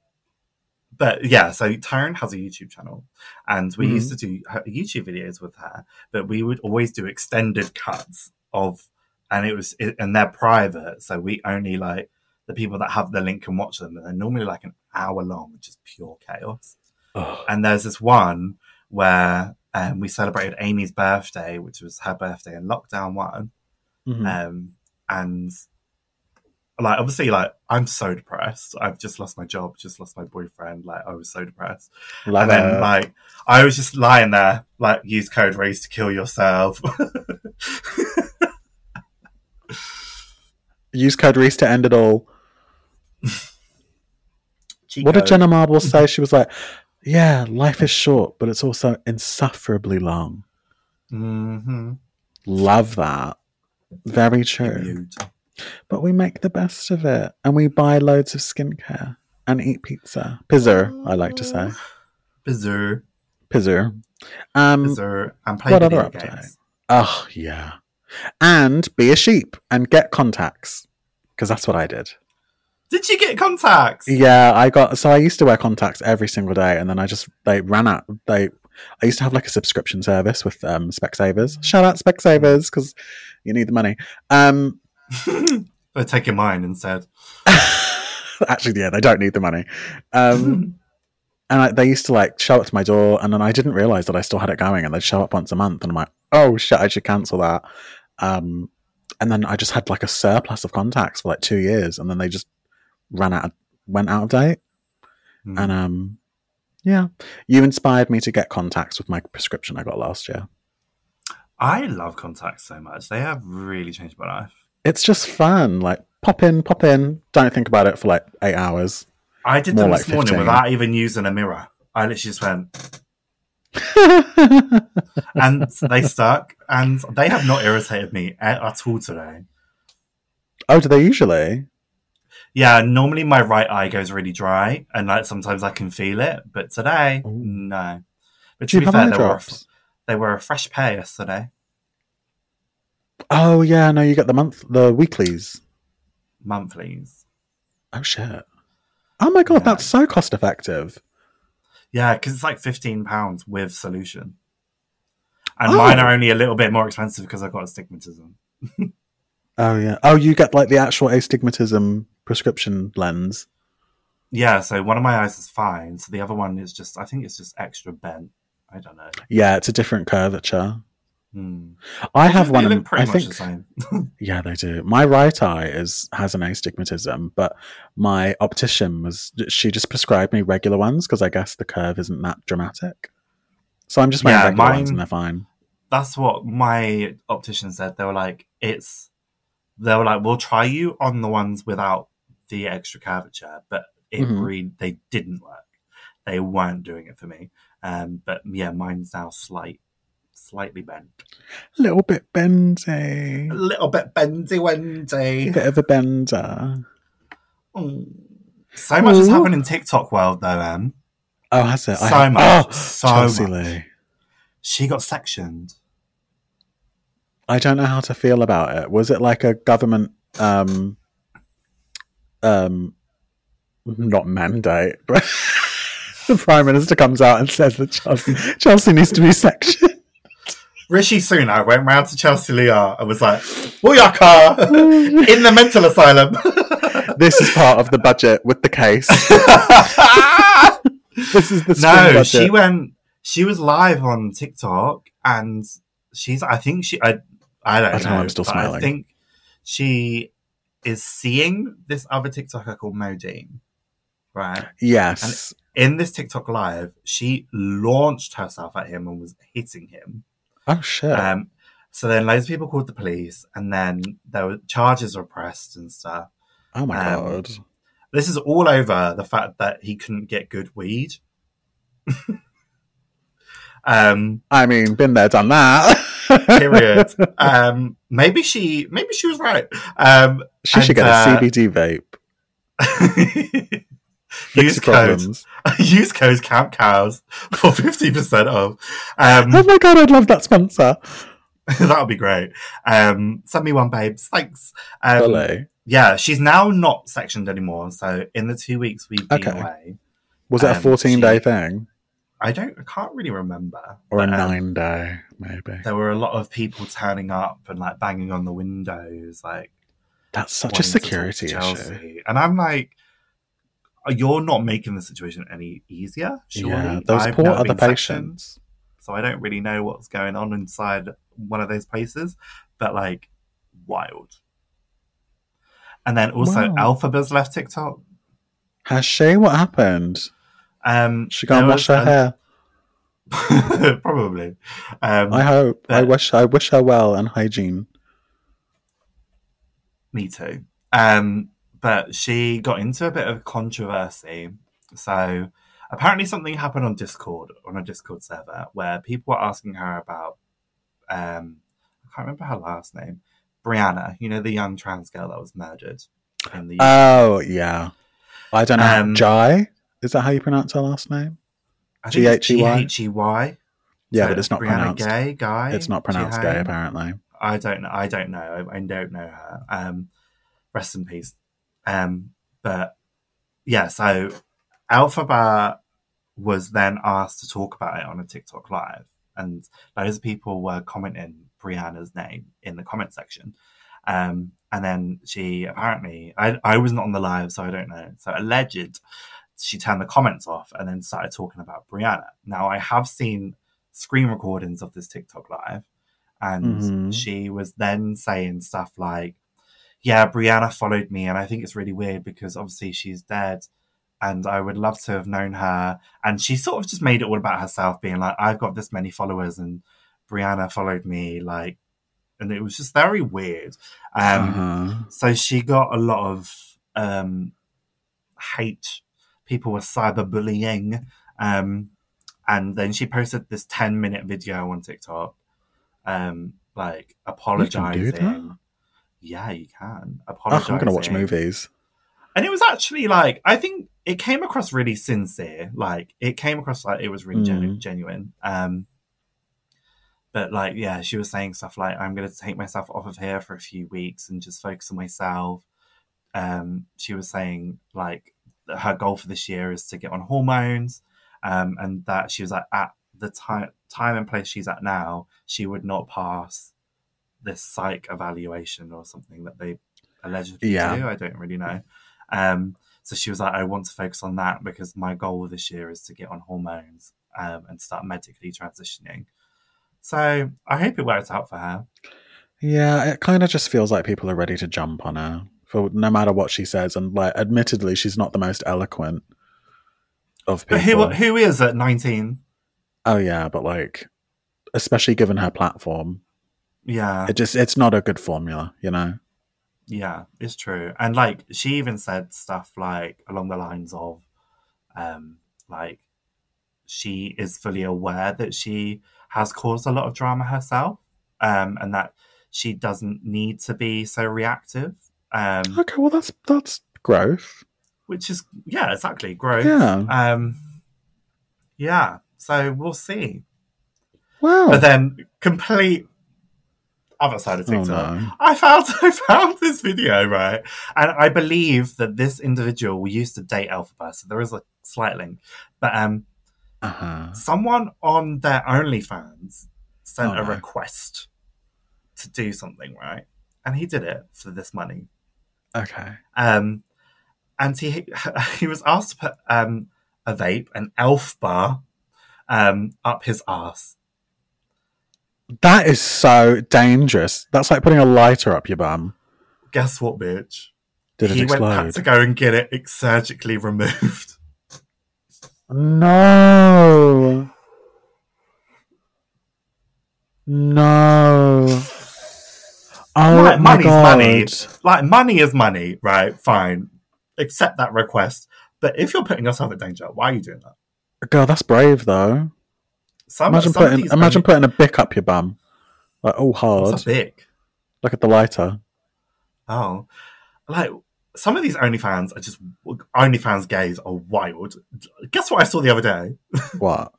[SPEAKER 1] but yeah, so Taryn has a YouTube channel, and we
[SPEAKER 2] Mhm.
[SPEAKER 1] used to do her- YouTube videos with her, but we would always do extended cuts of, and it was, it, and they're private, so we only like the people that have the link can watch them, and they're normally like an hour long, which is pure chaos.
[SPEAKER 2] Ugh.
[SPEAKER 1] And there's this one where um, we celebrated Amy's birthday, which was her birthday in lockdown one,
[SPEAKER 2] Mhm.
[SPEAKER 1] um, and like obviously like I'm so depressed. I've just lost my job, just lost my boyfriend. Like I was so depressed.
[SPEAKER 2] Love
[SPEAKER 1] and then
[SPEAKER 2] it.
[SPEAKER 1] like I was just lying there, like use code raise to kill yourself. <laughs>
[SPEAKER 2] Use code Reese to end it all. What did Jenna Marbles say? She was like, "Yeah, life is short, but it's also insufferably long."
[SPEAKER 1] Mm-hmm.
[SPEAKER 2] Love that. Very true. But we make the best of it, and we buy loads of skincare and eat pizza, pizza. I like to say,
[SPEAKER 1] Bizarre.
[SPEAKER 2] pizza. Um,
[SPEAKER 1] Bizarre. And play
[SPEAKER 2] what
[SPEAKER 1] video
[SPEAKER 2] other update?
[SPEAKER 1] games.
[SPEAKER 2] Oh yeah, and be a sheep and get contacts because that's what I did.
[SPEAKER 1] Did you get contacts? <laughs>
[SPEAKER 2] Yeah, I got so I used to wear contacts every single day, and then I just they ran out. They I used to have like a subscription service with um, Specsavers. Shout out Specsavers because you need the money. Um, <laughs>
[SPEAKER 1] They're taking mine instead.
[SPEAKER 2] actually, yeah, they don't need the money. Um, and I, they used to like show up to my door, and then I didn't realize that I still had it going, and they'd show up once a month, and I'm like, oh shit, I should cancel that. Um, and then I just had like a surplus of contacts for like two years, and then they just ran out, of, went out of date.
[SPEAKER 1] Mm.
[SPEAKER 2] And um, yeah, you inspired me to get contacts with my prescription I got last year.
[SPEAKER 1] <laughs> I love contacts so much. They have really changed my life.
[SPEAKER 2] It's just fun, like pop in, pop in. Don't think about it for like eight hours. <laughs>
[SPEAKER 1] I did
[SPEAKER 2] More
[SPEAKER 1] them
[SPEAKER 2] like
[SPEAKER 1] this morning
[SPEAKER 2] 15.
[SPEAKER 1] without even using a mirror. I literally just went,
[SPEAKER 2] Oh,
[SPEAKER 1] and they stuck, and they have not irritated me at, at all today.
[SPEAKER 2] oh, do they usually?
[SPEAKER 1] Yeah, normally my right eye goes really dry, and like sometimes I can feel it, but today,
[SPEAKER 2] Ooh.
[SPEAKER 1] no. But
[SPEAKER 2] Do
[SPEAKER 1] to
[SPEAKER 2] you
[SPEAKER 1] be
[SPEAKER 2] have
[SPEAKER 1] fair,
[SPEAKER 2] eye
[SPEAKER 1] they were, a,
[SPEAKER 2] drops?
[SPEAKER 1] they were a fresh pair yesterday.
[SPEAKER 2] Oh yeah, no, you get the month, the weeklies.
[SPEAKER 1] Monthlies.
[SPEAKER 2] Oh shit. Oh my god,
[SPEAKER 1] Yeah.
[SPEAKER 2] that's so cost effective.
[SPEAKER 1] Yeah, because it's like fifteen pounds with solution, and
[SPEAKER 2] Oh.
[SPEAKER 1] mine are only a little bit more expensive because I've got astigmatism.
[SPEAKER 2] Oh yeah. Oh, you get like the actual astigmatism prescription lens.
[SPEAKER 1] Yeah, so one of my eyes is fine, so the other one is just I think it's just extra bent. I don't know.
[SPEAKER 2] Yeah, it's a different curvature.
[SPEAKER 1] Hmm.
[SPEAKER 2] I have
[SPEAKER 1] They
[SPEAKER 2] one.
[SPEAKER 1] look
[SPEAKER 2] in-
[SPEAKER 1] pretty
[SPEAKER 2] I
[SPEAKER 1] much
[SPEAKER 2] think
[SPEAKER 1] the same.
[SPEAKER 2] yeah, they do. My right eye is has an astigmatism, but my optician was she just prescribed me regular ones because I guess the curve isn't that dramatic. So I'm just wearing
[SPEAKER 1] Yeah,
[SPEAKER 2] regular
[SPEAKER 1] mine-
[SPEAKER 2] ones and they're fine.
[SPEAKER 1] That's what my optician said. They were like, it's. They were like, we'll try you on the ones without the extra curvature, but it
[SPEAKER 2] Mhm.
[SPEAKER 1] re- they didn't work. They weren't doing it for me. Um, but yeah, mine's now slight, slightly bent.
[SPEAKER 2] A little bit bendy,
[SPEAKER 1] A little bit bendy Wendy.
[SPEAKER 2] bit of a bender.
[SPEAKER 1] Mm. So much has
[SPEAKER 2] Ooh.
[SPEAKER 1] happened in TikTok world though, Em.
[SPEAKER 2] Oh, has it?
[SPEAKER 1] So
[SPEAKER 2] I have-
[SPEAKER 1] much.
[SPEAKER 2] Oh,
[SPEAKER 1] so
[SPEAKER 2] Chelsea
[SPEAKER 1] much.
[SPEAKER 2] Lee.
[SPEAKER 1] She got sectioned.
[SPEAKER 2] I don't know how to feel about it. Was it like a government um um not mandate, but <laughs> the Prime Minister comes out and says that Chelsea, Chelsea needs to be
[SPEAKER 1] <laughs>
[SPEAKER 2] sectioned.
[SPEAKER 1] Rishi Sunak went round to Chelsea Lear and was like, Booyaka! <laughs> in the mental asylum. <laughs>
[SPEAKER 2] this is part of the budget with the case. This is the spring
[SPEAKER 1] no,
[SPEAKER 2] budget.
[SPEAKER 1] she went. She was live on TikTok, and she's. I think she. I. I don't,
[SPEAKER 2] I don't know,
[SPEAKER 1] know.
[SPEAKER 2] I'm still
[SPEAKER 1] but I
[SPEAKER 2] smiling.
[SPEAKER 1] think she is seeing this other TikToker called Modine, right?
[SPEAKER 2] yes.
[SPEAKER 1] in this TikTok live, she launched herself at him and was hitting him.
[SPEAKER 2] Oh shit.
[SPEAKER 1] Um, so then loads of people called the police, and then there were charges were pressed and stuff.
[SPEAKER 2] oh my
[SPEAKER 1] um,
[SPEAKER 2] god.
[SPEAKER 1] This is all over the fact that he couldn't get good weed. <laughs> um,
[SPEAKER 2] I mean, been there, done that. <laughs>
[SPEAKER 1] period. um, maybe she, maybe she was right. Um,
[SPEAKER 2] she should
[SPEAKER 1] And,
[SPEAKER 2] get a
[SPEAKER 1] uh,
[SPEAKER 2] CBD vape. Fix
[SPEAKER 1] use <laughs>
[SPEAKER 2] the
[SPEAKER 1] code,
[SPEAKER 2] problems.
[SPEAKER 1] use code Camp Cows for fifty percent off. Um, <laughs>
[SPEAKER 2] <laughs> Oh my god, I'd love that sponsor.
[SPEAKER 1] that would be great. Um, send me one, babes. Thanks. Um,
[SPEAKER 2] Fully.
[SPEAKER 1] Yeah, she's now not sectioned anymore. So in the two weeks we've been
[SPEAKER 2] Okay.
[SPEAKER 1] away,
[SPEAKER 2] Was it a
[SPEAKER 1] um,
[SPEAKER 2] 14 day
[SPEAKER 1] she-
[SPEAKER 2] thing?
[SPEAKER 1] I don't, I can't really remember.
[SPEAKER 2] or a
[SPEAKER 1] but, um,
[SPEAKER 2] nine day maybe
[SPEAKER 1] There were a lot of people turning up and like banging on the windows, like
[SPEAKER 2] that's such a
[SPEAKER 1] wanting to talk to
[SPEAKER 2] security issue
[SPEAKER 1] Chelsea. And I'm like, you're not making the situation any easier. Surely.
[SPEAKER 2] yeah those
[SPEAKER 1] I've
[SPEAKER 2] poor
[SPEAKER 1] never
[SPEAKER 2] other
[SPEAKER 1] been sectioned.
[SPEAKER 2] patients
[SPEAKER 1] so I don't really know what's going on inside one of those places, but like wild. And then also
[SPEAKER 2] Wow.
[SPEAKER 1] Alphaba's left TikTok.
[SPEAKER 2] has she what happened
[SPEAKER 1] Um,
[SPEAKER 2] she go and
[SPEAKER 1] there
[SPEAKER 2] wash her
[SPEAKER 1] was
[SPEAKER 2] hair
[SPEAKER 1] a- <laughs> probably. Um,
[SPEAKER 2] i hope i
[SPEAKER 1] but-
[SPEAKER 2] wish i wish her well and hygiene
[SPEAKER 1] me too. Um, but she got into a bit of controversy. So apparently something happened on Discord on a Discord server where people were asking her about um I can't remember her last name. Brianna, you know the young trans girl that was murdered in the
[SPEAKER 2] Oh yeah. I don't know.
[SPEAKER 1] Um,
[SPEAKER 2] Jai? Is that how you pronounce her last name?
[SPEAKER 1] I think it's
[SPEAKER 2] G-H-E-Y?
[SPEAKER 1] G-H-E-Y.
[SPEAKER 2] E Yeah,
[SPEAKER 1] So
[SPEAKER 2] but it's not
[SPEAKER 1] Brianna
[SPEAKER 2] pronounced.
[SPEAKER 1] Gay guy.
[SPEAKER 2] It's not pronounced
[SPEAKER 1] G-H-E-Y.
[SPEAKER 2] gay, apparently.
[SPEAKER 1] I don't know. I don't know. I, I don't know her. Um, rest in peace. Um, but yeah, so Alphabet was then asked to talk about it on a TikTok live, and loads of people were commenting Brianna's name in the comment section. Um, and then she apparently, I, I was not on the live, so I don't know. So alleged, she turned the comments off and then started talking about Brianna. Now I have seen screen recordings of this TikTok live, and
[SPEAKER 2] Mhm.
[SPEAKER 1] she was then saying stuff like, "Yeah, Brianna followed me, and I think it's really weird because obviously she's dead." And I would love to have known her. And she sort of just made it all about herself, being like, I've got this many followers, and Brianna followed me. Like, and it was just very weird. Um,
[SPEAKER 2] Uh-huh.
[SPEAKER 1] so she got a lot of um, hate. People were cyberbullying. Um, and then she posted this 10 minute video on TikTok, um, like
[SPEAKER 2] You can do
[SPEAKER 1] apologizing.
[SPEAKER 2] that?
[SPEAKER 1] Yeah, you can.
[SPEAKER 2] Ugh,
[SPEAKER 1] Apologizing.
[SPEAKER 2] Ah, Oh, I'm going to watch movies.
[SPEAKER 1] And it was actually like, I think it came across really sincere. Like, it came across like it was really genu-
[SPEAKER 2] Mm.
[SPEAKER 1] genuine. Um, but like, yeah, she was saying stuff like, I'm going to take myself off of here for a few weeks and just focus on myself um, she was saying like that her goal for this year is to get on hormones, um, and that she was like at the time time and place she's at now, she would not pass this psych evaluation or something that they allegedly
[SPEAKER 2] Yeah.
[SPEAKER 1] do. I don't really know. Um, so she was like, I want to focus on that because my goal this year is to get on hormones um, and start medically transitioning. So I hope it works out for her.
[SPEAKER 2] Yeah, it kind of just feels like people are ready to jump on her for no matter what she says. And like, admittedly, she's not the most eloquent of people.
[SPEAKER 1] But who who is at nineteen?
[SPEAKER 2] oh yeah, but like, especially given her platform,
[SPEAKER 1] Yeah.
[SPEAKER 2] it just it's not a good formula, you know.
[SPEAKER 1] Yeah, it's true. And like she even said stuff like along the lines of um like she is fully aware that she has caused a lot of drama herself um and that she doesn't need to be so reactive um
[SPEAKER 2] Okay, well that's that's growth.
[SPEAKER 1] which is yeah, exactly growth.
[SPEAKER 2] Yeah.
[SPEAKER 1] Um yeah, so we'll see.
[SPEAKER 2] Wow.
[SPEAKER 1] But then complete other side of
[SPEAKER 2] oh
[SPEAKER 1] TikTok.
[SPEAKER 2] no.
[SPEAKER 1] I found <laughs> I found this video right, and I believe that this individual used to date Alphaba, so there is a slight link. But um,
[SPEAKER 2] Uh-huh.
[SPEAKER 1] someone on their OnlyFans sent
[SPEAKER 2] Oh,
[SPEAKER 1] a
[SPEAKER 2] no.
[SPEAKER 1] request to do something right, and he did it for this money.
[SPEAKER 2] Okay.
[SPEAKER 1] Um, and he <laughs> he was asked to put um a vape, an elf bar, um up his ass.
[SPEAKER 2] That is so dangerous. That's like putting a lighter up your bum.
[SPEAKER 1] Guess what, bitch?
[SPEAKER 2] Did it
[SPEAKER 1] he went
[SPEAKER 2] explode?
[SPEAKER 1] back to go and get it ex- surgically removed.
[SPEAKER 2] No. No. Oh
[SPEAKER 1] Right,
[SPEAKER 2] my
[SPEAKER 1] money's
[SPEAKER 2] god.
[SPEAKER 1] money. like money is money, right? Fine, accept that request. But if you're putting yourself in danger, why are you doing that?
[SPEAKER 2] Girl, that's brave though.
[SPEAKER 1] Some,
[SPEAKER 2] imagine
[SPEAKER 1] some of
[SPEAKER 2] putting
[SPEAKER 1] these
[SPEAKER 2] imagine
[SPEAKER 1] money-
[SPEAKER 2] putting a bick up your bum. Like oh hard.
[SPEAKER 1] What's a big?
[SPEAKER 2] Look at the lighter.
[SPEAKER 1] Oh, like some of these OnlyFans are just OnlyFans gays are wild. Guess what I saw the other day?
[SPEAKER 2] What?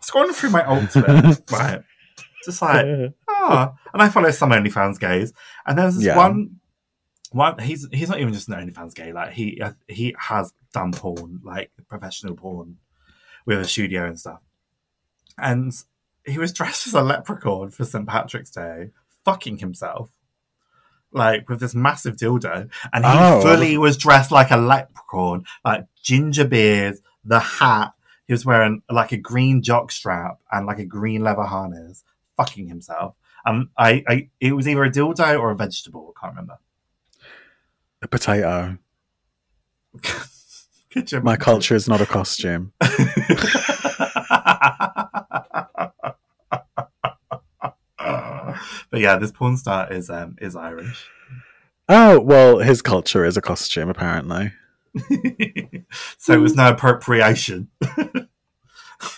[SPEAKER 1] Scrolling through my
[SPEAKER 2] <laughs>
[SPEAKER 1] old Twitter, right? Just like ah, and I follow some OnlyFans gays, and there's this
[SPEAKER 2] Yeah.
[SPEAKER 1] one. One, he's he's not even just an OnlyFans gay. Like he uh, he has done porn, like professional porn, with a studio and stuff. And he was dressed as a leprechaun for St Patrick's Day, fucking himself, like with this massive dildo, and he
[SPEAKER 2] Oh.
[SPEAKER 1] fully was dressed like a leprechaun, like ginger beard, the hat. He was wearing like a green jock strap and like a green leather harness, fucking himself. Um, I, I, it was either a dildo or a vegetable. I can't remember. <laughs>
[SPEAKER 2] A potato.
[SPEAKER 1] Could you
[SPEAKER 2] My
[SPEAKER 1] imagine?
[SPEAKER 2] culture is not a costume. <laughs>
[SPEAKER 1] <laughs> but yeah, this porn star is um is Irish. <laughs>
[SPEAKER 2] Oh well, his culture is a costume apparently.
[SPEAKER 1] but so it was no appropriation. <laughs>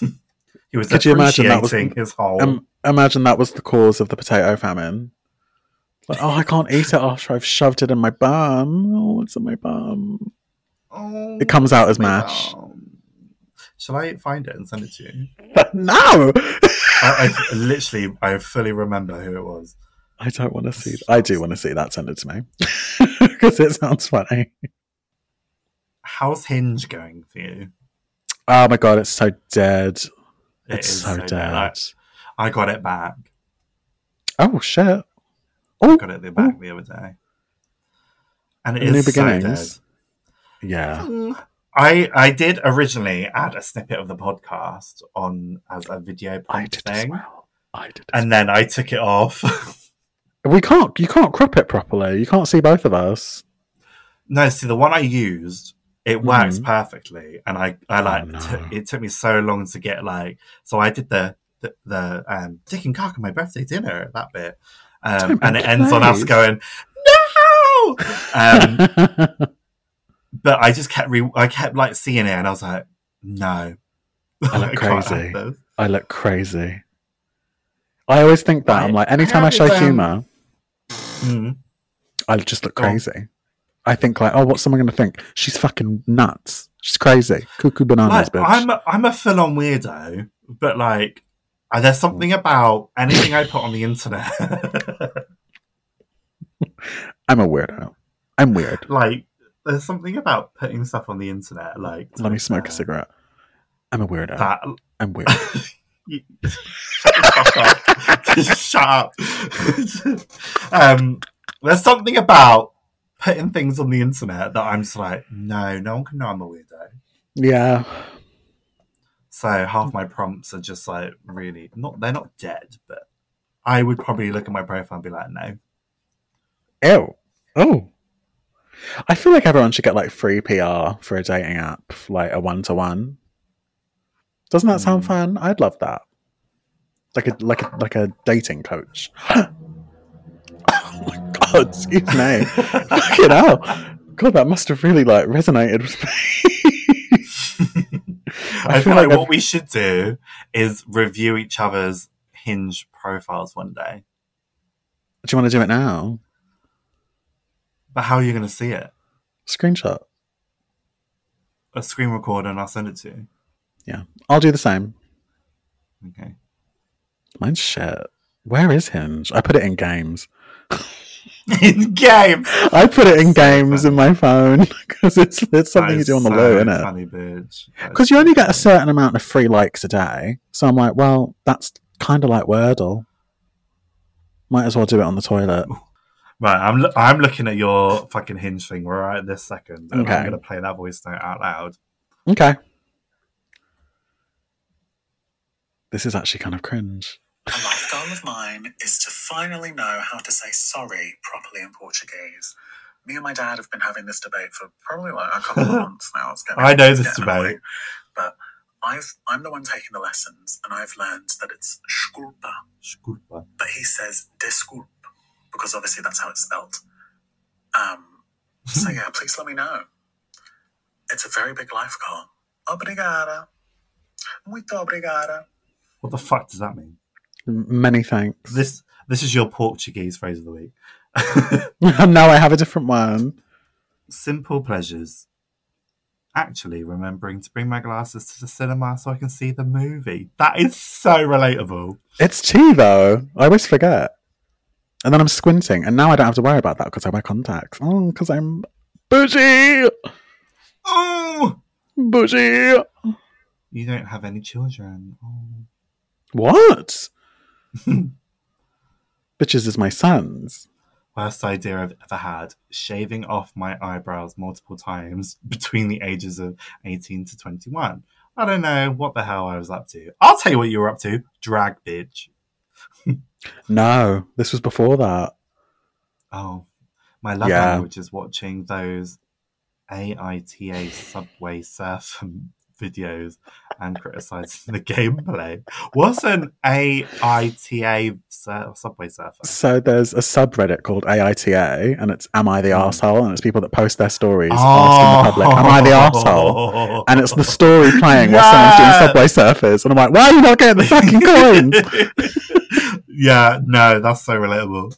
[SPEAKER 1] he was
[SPEAKER 2] Could you imagine
[SPEAKER 1] appreciating
[SPEAKER 2] that was-
[SPEAKER 1] his whole.
[SPEAKER 2] Um, imagine that was the cause of the potato famine. Like, oh, I can't eat it after I've shoved it in my bum. Oh, it's in my bum.
[SPEAKER 1] Oh,
[SPEAKER 2] It comes out as
[SPEAKER 1] my
[SPEAKER 2] mash. <laughs>
[SPEAKER 1] bum. Shall I find it and send it to you?
[SPEAKER 2] no,
[SPEAKER 1] I, I <laughs> literally, I fully remember who it was.
[SPEAKER 2] I don't want to see. I do want to see that. Send it to me <laughs> because it sounds funny.
[SPEAKER 1] How's Hinge going for you?
[SPEAKER 2] Oh my god, it's so dead.
[SPEAKER 1] It
[SPEAKER 2] it's
[SPEAKER 1] is
[SPEAKER 2] so,
[SPEAKER 1] dead. I,
[SPEAKER 2] dead.
[SPEAKER 1] I got it back.
[SPEAKER 2] Oh shit.
[SPEAKER 1] I
[SPEAKER 2] Oh
[SPEAKER 1] got it back the other day, and it is
[SPEAKER 2] New
[SPEAKER 1] so dead.
[SPEAKER 2] beginnings. yeah.
[SPEAKER 1] Mm. I I did originally add a snippet of the podcast on as a video
[SPEAKER 2] I
[SPEAKER 1] prompt
[SPEAKER 2] did as
[SPEAKER 1] thing,
[SPEAKER 2] well. I did. As
[SPEAKER 1] and then I took it off. <laughs>
[SPEAKER 2] well. We can't. You can't crop it properly. You can't see both of us.
[SPEAKER 1] no, see the one I used, it works perfectly, and I I like
[SPEAKER 2] Mm-hmm. Oh, no.
[SPEAKER 1] took- it took me so long to get like so I did the the, the um dick and cock on my birthday dinner that bit, um,
[SPEAKER 2] Don't
[SPEAKER 1] and it
[SPEAKER 2] make
[SPEAKER 1] ends on us
[SPEAKER 2] noise.
[SPEAKER 1] going
[SPEAKER 2] <laughs>
[SPEAKER 1] no, um, but I just kept re- I kept like seeing it, and I was like no, <laughs>
[SPEAKER 2] I look
[SPEAKER 1] can't have
[SPEAKER 2] crazy.
[SPEAKER 1] this.
[SPEAKER 2] I look crazy. I always think that
[SPEAKER 1] Right.
[SPEAKER 2] I'm like, anytime I
[SPEAKER 1] How
[SPEAKER 2] show
[SPEAKER 1] does, um,
[SPEAKER 2] humor,
[SPEAKER 1] Mm.
[SPEAKER 2] I just look
[SPEAKER 1] Go on.
[SPEAKER 2] crazy. I think like, oh, what's someone going to think? She's fucking nuts. She's crazy. Cuckoo bananas,
[SPEAKER 1] like,
[SPEAKER 2] bitch.
[SPEAKER 1] I'm a, I'm a full on weirdo, but like, uh, there's something
[SPEAKER 2] Hmm.
[SPEAKER 1] about anything I put on the internet, <laughs>
[SPEAKER 2] I'm a weirdo. I'm weird.
[SPEAKER 1] like, there's something about putting stuff on the internet, like,
[SPEAKER 2] Let me smoke
[SPEAKER 1] uh,
[SPEAKER 2] a cigarette. I'm a weirdo.
[SPEAKER 1] That
[SPEAKER 2] I'm weird. <laughs>
[SPEAKER 1] You- <laughs> Fuck up. <laughs> Just Shut up. <laughs> um, there's something about putting things on the internet that I'm just like, no, no one can know I'm a weirdo.
[SPEAKER 2] yeah.
[SPEAKER 1] So half my prompts are just like really not. They're not dead, but I would probably look at my profile and be like, <laughs> no.
[SPEAKER 2] Ew. Oh. I feel like everyone should get like free PR for a dating app, like a one to one. Doesn't that sound
[SPEAKER 1] Mm.
[SPEAKER 2] fun? I'd love that. Like a like a like a dating coach. <gasps> oh my god, excuse
[SPEAKER 1] <laughs>
[SPEAKER 2] me. Fucking hell. God, that must have really like resonated with me.
[SPEAKER 1] I, feel like,
[SPEAKER 2] I've-
[SPEAKER 1] what we should do is review each other's hinge profiles one day.
[SPEAKER 2] do you want to do it now?
[SPEAKER 1] But how are you going to see it?
[SPEAKER 2] Screenshot.
[SPEAKER 1] A screen recorder and I'll send it to you.
[SPEAKER 2] I'll do the same.
[SPEAKER 1] Okay.
[SPEAKER 2] Mine's shit. Where is Hinge? I put it in games.
[SPEAKER 1] In game.
[SPEAKER 2] I put it in
[SPEAKER 1] So
[SPEAKER 2] games
[SPEAKER 1] funny.
[SPEAKER 2] in my phone <laughs> because it's it's something
[SPEAKER 1] That
[SPEAKER 2] you
[SPEAKER 1] is
[SPEAKER 2] do on the
[SPEAKER 1] so
[SPEAKER 2] low, isn't it?
[SPEAKER 1] Funny bitch. That is
[SPEAKER 2] Because you only get a
[SPEAKER 1] so
[SPEAKER 2] certain amount of free likes a day. So I'm like, well, that's kind of like Wordle. Might as well do it on
[SPEAKER 1] <laughs>
[SPEAKER 2] the toilet.
[SPEAKER 1] Right, I'm lo- I'm looking at your fucking hinge thing right this second, and
[SPEAKER 2] Okay.
[SPEAKER 1] I'm gonna play that voice note out loud.
[SPEAKER 2] Okay. This is actually kind of cringe.
[SPEAKER 3] A life goal of mine is to finally know how to say sorry properly in Portuguese. Me and my dad have been having this debate for probably like a
[SPEAKER 1] <laughs>
[SPEAKER 3] couple of months now. It's getting-
[SPEAKER 1] I know this
[SPEAKER 3] getting
[SPEAKER 1] debate.
[SPEAKER 3] annoying. But I've, I'm the one taking the lessons and I've learned that it's desculpa,
[SPEAKER 1] Sculpa.
[SPEAKER 3] but he says desculp because obviously that's how it's spelt. Um,
[SPEAKER 2] <laughs>
[SPEAKER 3] so yeah, please let me know. It's a very big life goal. Obrigada. Muito obrigada.
[SPEAKER 1] <laughs> What the fuck does that mean?
[SPEAKER 2] M- Many thanks. <laughs>
[SPEAKER 1] This this is your Portuguese phrase of the week. <laughs>
[SPEAKER 2] now I have a different one.
[SPEAKER 1] Simple pleasures. Actually, remembering to bring my glasses to the cinema so I can see the movie. That is so relatable.
[SPEAKER 2] It's tea though. I always forget. And then I'm squinting, and now I don't have to worry about that because I wear contacts. Oh, because I'm bougie,
[SPEAKER 1] Oh,
[SPEAKER 2] bougie.
[SPEAKER 1] you don't have any children. Oh.
[SPEAKER 3] <laughs>
[SPEAKER 2] What? Bitches is my sons.
[SPEAKER 1] Worst idea I've ever had. Shaving off my eyebrows multiple times <laughs> between the ages of 18 to 21. I don't know what the hell I was up to. I'll tell you what you were up to. Drag, bitch.
[SPEAKER 2] No, this was before that.
[SPEAKER 1] Oh, my love
[SPEAKER 2] Yeah.
[SPEAKER 1] language is watching those AITA Subway Surf <laughs> videos and criticizing the gameplay. What's an AITA sur- Subway Surfer?
[SPEAKER 2] So there's a subreddit called AITA, and it's Am I the Arsehole? And it's people that post their stories
[SPEAKER 1] Ah.
[SPEAKER 2] asking the public, Am I the Arsehole?
[SPEAKER 1] <laughs>
[SPEAKER 2] And it's the story playing while someone's doing
[SPEAKER 1] Yeah.
[SPEAKER 2] Subway Surfers. And I'm like, why are you not getting the
[SPEAKER 1] <laughs>
[SPEAKER 2] fucking coins?
[SPEAKER 1] yeah, no, that's so relatable.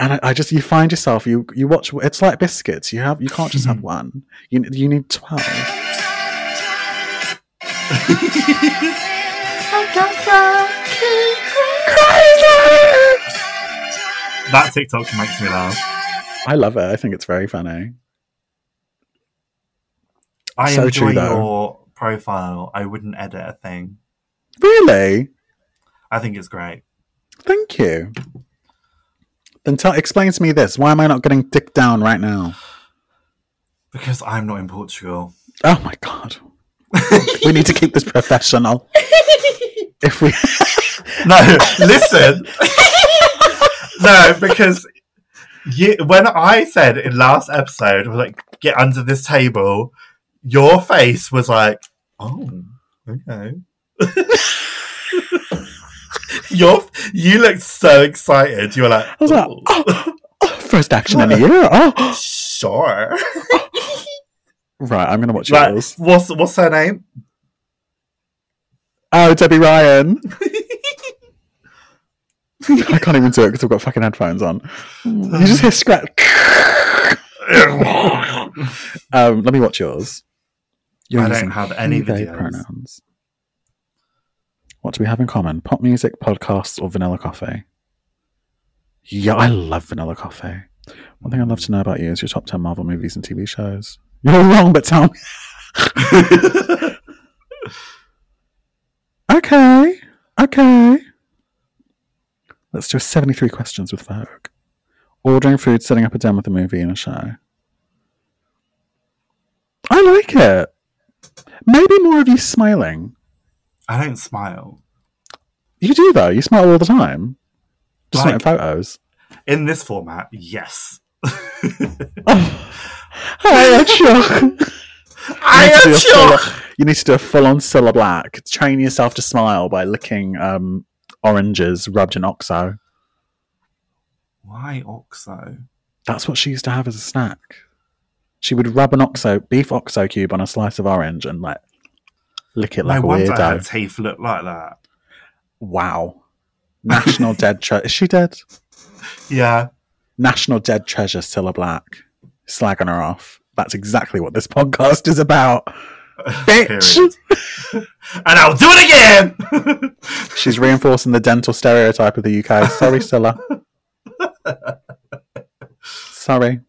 [SPEAKER 2] and I, I just, you find yourself, you you watch, it's like biscuits. You have, you can't just have one. You, you need 12.
[SPEAKER 1] That TikTok makes me laugh.
[SPEAKER 2] I love it. I think it's very funny.
[SPEAKER 1] I
[SPEAKER 2] So
[SPEAKER 1] enjoy
[SPEAKER 2] true, though.
[SPEAKER 1] your profile. I wouldn't edit a thing.
[SPEAKER 2] Really?
[SPEAKER 1] I think it's great.
[SPEAKER 2] Thank you. Then tell, explain to me this. Why am I not getting dick down right now?
[SPEAKER 1] Because I'm not in Portugal.
[SPEAKER 2] Oh my god. we need to keep this professional. If we
[SPEAKER 1] No, listen. no, because you, when I said in last episode, I was like, get under this table, your face was like, oh, okay. your, you looked so excited. You were like,
[SPEAKER 2] was like,
[SPEAKER 1] "Ooh,
[SPEAKER 2] oh, first action in a year. Oh.
[SPEAKER 1] sure.
[SPEAKER 2] Right, I'm gonna watch
[SPEAKER 1] Like,
[SPEAKER 2] yours.
[SPEAKER 1] what's, what's her name?
[SPEAKER 2] Oh, Debbie Ryan. I can't even do it because I've got fucking headphones on. You just hear scratch. Um, let me watch yours. You're
[SPEAKER 1] I don't
[SPEAKER 2] using
[SPEAKER 1] have any
[SPEAKER 2] he, they
[SPEAKER 1] videos.
[SPEAKER 2] pronouns. What do we have in common? Pop music, podcasts, or vanilla coffee? Yeah, I love vanilla coffee. One thing I'd love to know about you is your top 10 Marvel movies and TV shows. You're wrong, but tell me. Okay. Okay. Let's do 73 questions with Vogue. Ordering food, setting up a den with a movie and a show. I like it. Maybe more of you smiling.
[SPEAKER 1] <laughs> I don't smile.
[SPEAKER 2] You do though. You smile all the time. Just
[SPEAKER 1] Like-
[SPEAKER 2] not in photos.
[SPEAKER 1] In this format, yes. <laughs>
[SPEAKER 2] Hi, I'm shook.
[SPEAKER 1] I
[SPEAKER 2] need to do
[SPEAKER 1] am
[SPEAKER 2] a full-
[SPEAKER 1] sure.
[SPEAKER 2] You need to do a full-on Cilla Black. Train yourself to smile by licking um, oranges rubbed in oxo.
[SPEAKER 1] Why Oxo?
[SPEAKER 2] That's what she used to have as a snack. She would rub an oxo, beef oxo cube on a slice of orange and like lick it like
[SPEAKER 1] no
[SPEAKER 2] a
[SPEAKER 1] wonder her
[SPEAKER 2] weirdo.
[SPEAKER 1] teeth look like that.
[SPEAKER 2] Wow. National Dead Treasure. Is she dead?
[SPEAKER 1] Yeah.
[SPEAKER 2] National Dead Treasure, Cilla Black. Slagging her off. That's exactly what this <laughs> podcast
[SPEAKER 1] <laughs>
[SPEAKER 2] is about. Bitch!
[SPEAKER 1] Period. and I'll do
[SPEAKER 2] <laughs>
[SPEAKER 1] it again.
[SPEAKER 2] She's reinforcing the dental stereotype of the UK.
[SPEAKER 1] <laughs>
[SPEAKER 2] Sorry, Cilla. sorry.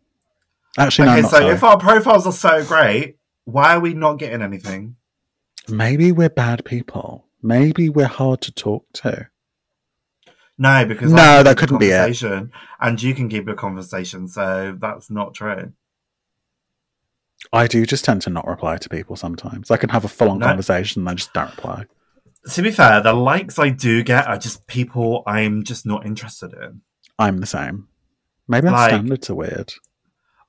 [SPEAKER 2] Actually, no,
[SPEAKER 1] okay,
[SPEAKER 2] I'm not
[SPEAKER 1] so
[SPEAKER 2] sorry.
[SPEAKER 1] if our profiles are so great, why are we not getting anything?
[SPEAKER 2] Maybe we're bad people. Maybe we're hard to talk to.
[SPEAKER 1] No, because I
[SPEAKER 2] No,
[SPEAKER 1] can
[SPEAKER 2] that
[SPEAKER 1] keep a
[SPEAKER 2] couldn't be it.
[SPEAKER 1] conversation, And you can keep a conversation, so that's not true.
[SPEAKER 2] I do just tend to not reply to people sometimes. I can have a full on
[SPEAKER 1] No.
[SPEAKER 2] conversation and I just don't reply.
[SPEAKER 1] To be fair, the likes I do get are just people I'm just not interested in.
[SPEAKER 2] I'm the same. Maybe our
[SPEAKER 1] Like-
[SPEAKER 2] standards are weird.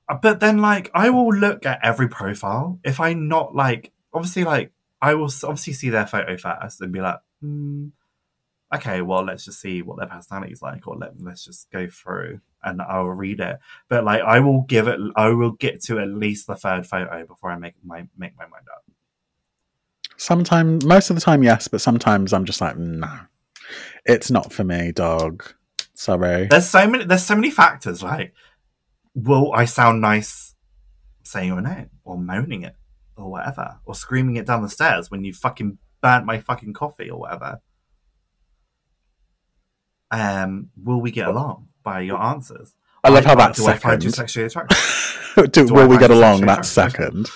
[SPEAKER 1] Uh, but then like i will look at every profile if i not like obviously like i will s- obviously see their photo first and be like hmm, okay well let's just see what their personality is like or let, let's just go through and i'll read it but like i will give it i will get to at least the third photo before i make my make my mind up
[SPEAKER 2] Sometimes, most of the time, yes, but sometimes I'm just like, no, it's not for me, dog. Sorry.
[SPEAKER 1] there's so many there's so many factors like will i sound nice saying your name or moaning it or whatever or screaming it down the stairs when you fucking burnt my fucking coffee or whatever um will we get along by your answers
[SPEAKER 2] I love how that
[SPEAKER 1] do i find you
[SPEAKER 2] second.
[SPEAKER 1] sexually attractive
[SPEAKER 2] <laughs> Do,
[SPEAKER 1] do I
[SPEAKER 2] will we
[SPEAKER 1] find
[SPEAKER 2] get
[SPEAKER 1] you
[SPEAKER 2] along
[SPEAKER 1] sexually
[SPEAKER 2] that
[SPEAKER 1] attractive?
[SPEAKER 2] second?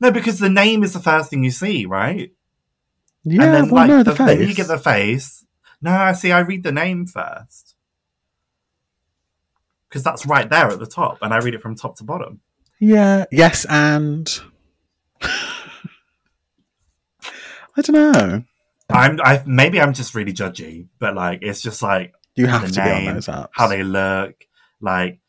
[SPEAKER 1] no because the name is the first thing you see right
[SPEAKER 2] Yeah,
[SPEAKER 1] and then
[SPEAKER 2] well, no, the
[SPEAKER 1] the- then you
[SPEAKER 2] face.
[SPEAKER 1] get the face no i see i read the name first because that's right there at the top and i read it from top to bottom
[SPEAKER 2] Yeah, yes, and. <laughs> I don't know.
[SPEAKER 1] I'm I maybe I'm just really judgy, but like it's just like
[SPEAKER 2] You have
[SPEAKER 1] the
[SPEAKER 2] to be
[SPEAKER 1] name,
[SPEAKER 2] on those apps.
[SPEAKER 1] how they look. Like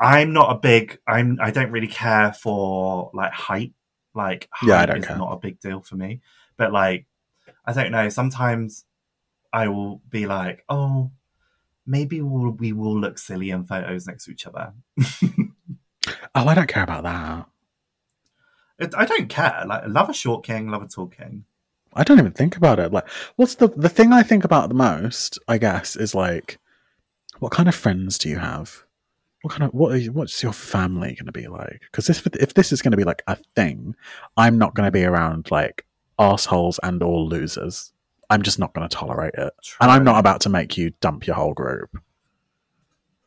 [SPEAKER 1] I'm not a big I'm I don't really care for like height. Like,
[SPEAKER 2] Yeah, I
[SPEAKER 1] height
[SPEAKER 2] don't
[SPEAKER 1] is
[SPEAKER 2] care.
[SPEAKER 1] not a big deal for me. But like, I don't know. Sometimes I will be like, oh, maybe we'll, we will look silly in photos next to each other.
[SPEAKER 2] Oh, I don't care about that.
[SPEAKER 1] It, I don't care. Like, I love a short king, love a tall king.
[SPEAKER 2] I don't even think about it. Like, what's the the thing I think about the most? I guess is like, what kind of friends do you have? What kind of what? Are you, what's your family going to be like? Because if if this is going to be like a thing, I'm not going to be around like assholes and all losers. I'm just not going to tolerate it, and I'm not about to make you dump your whole group.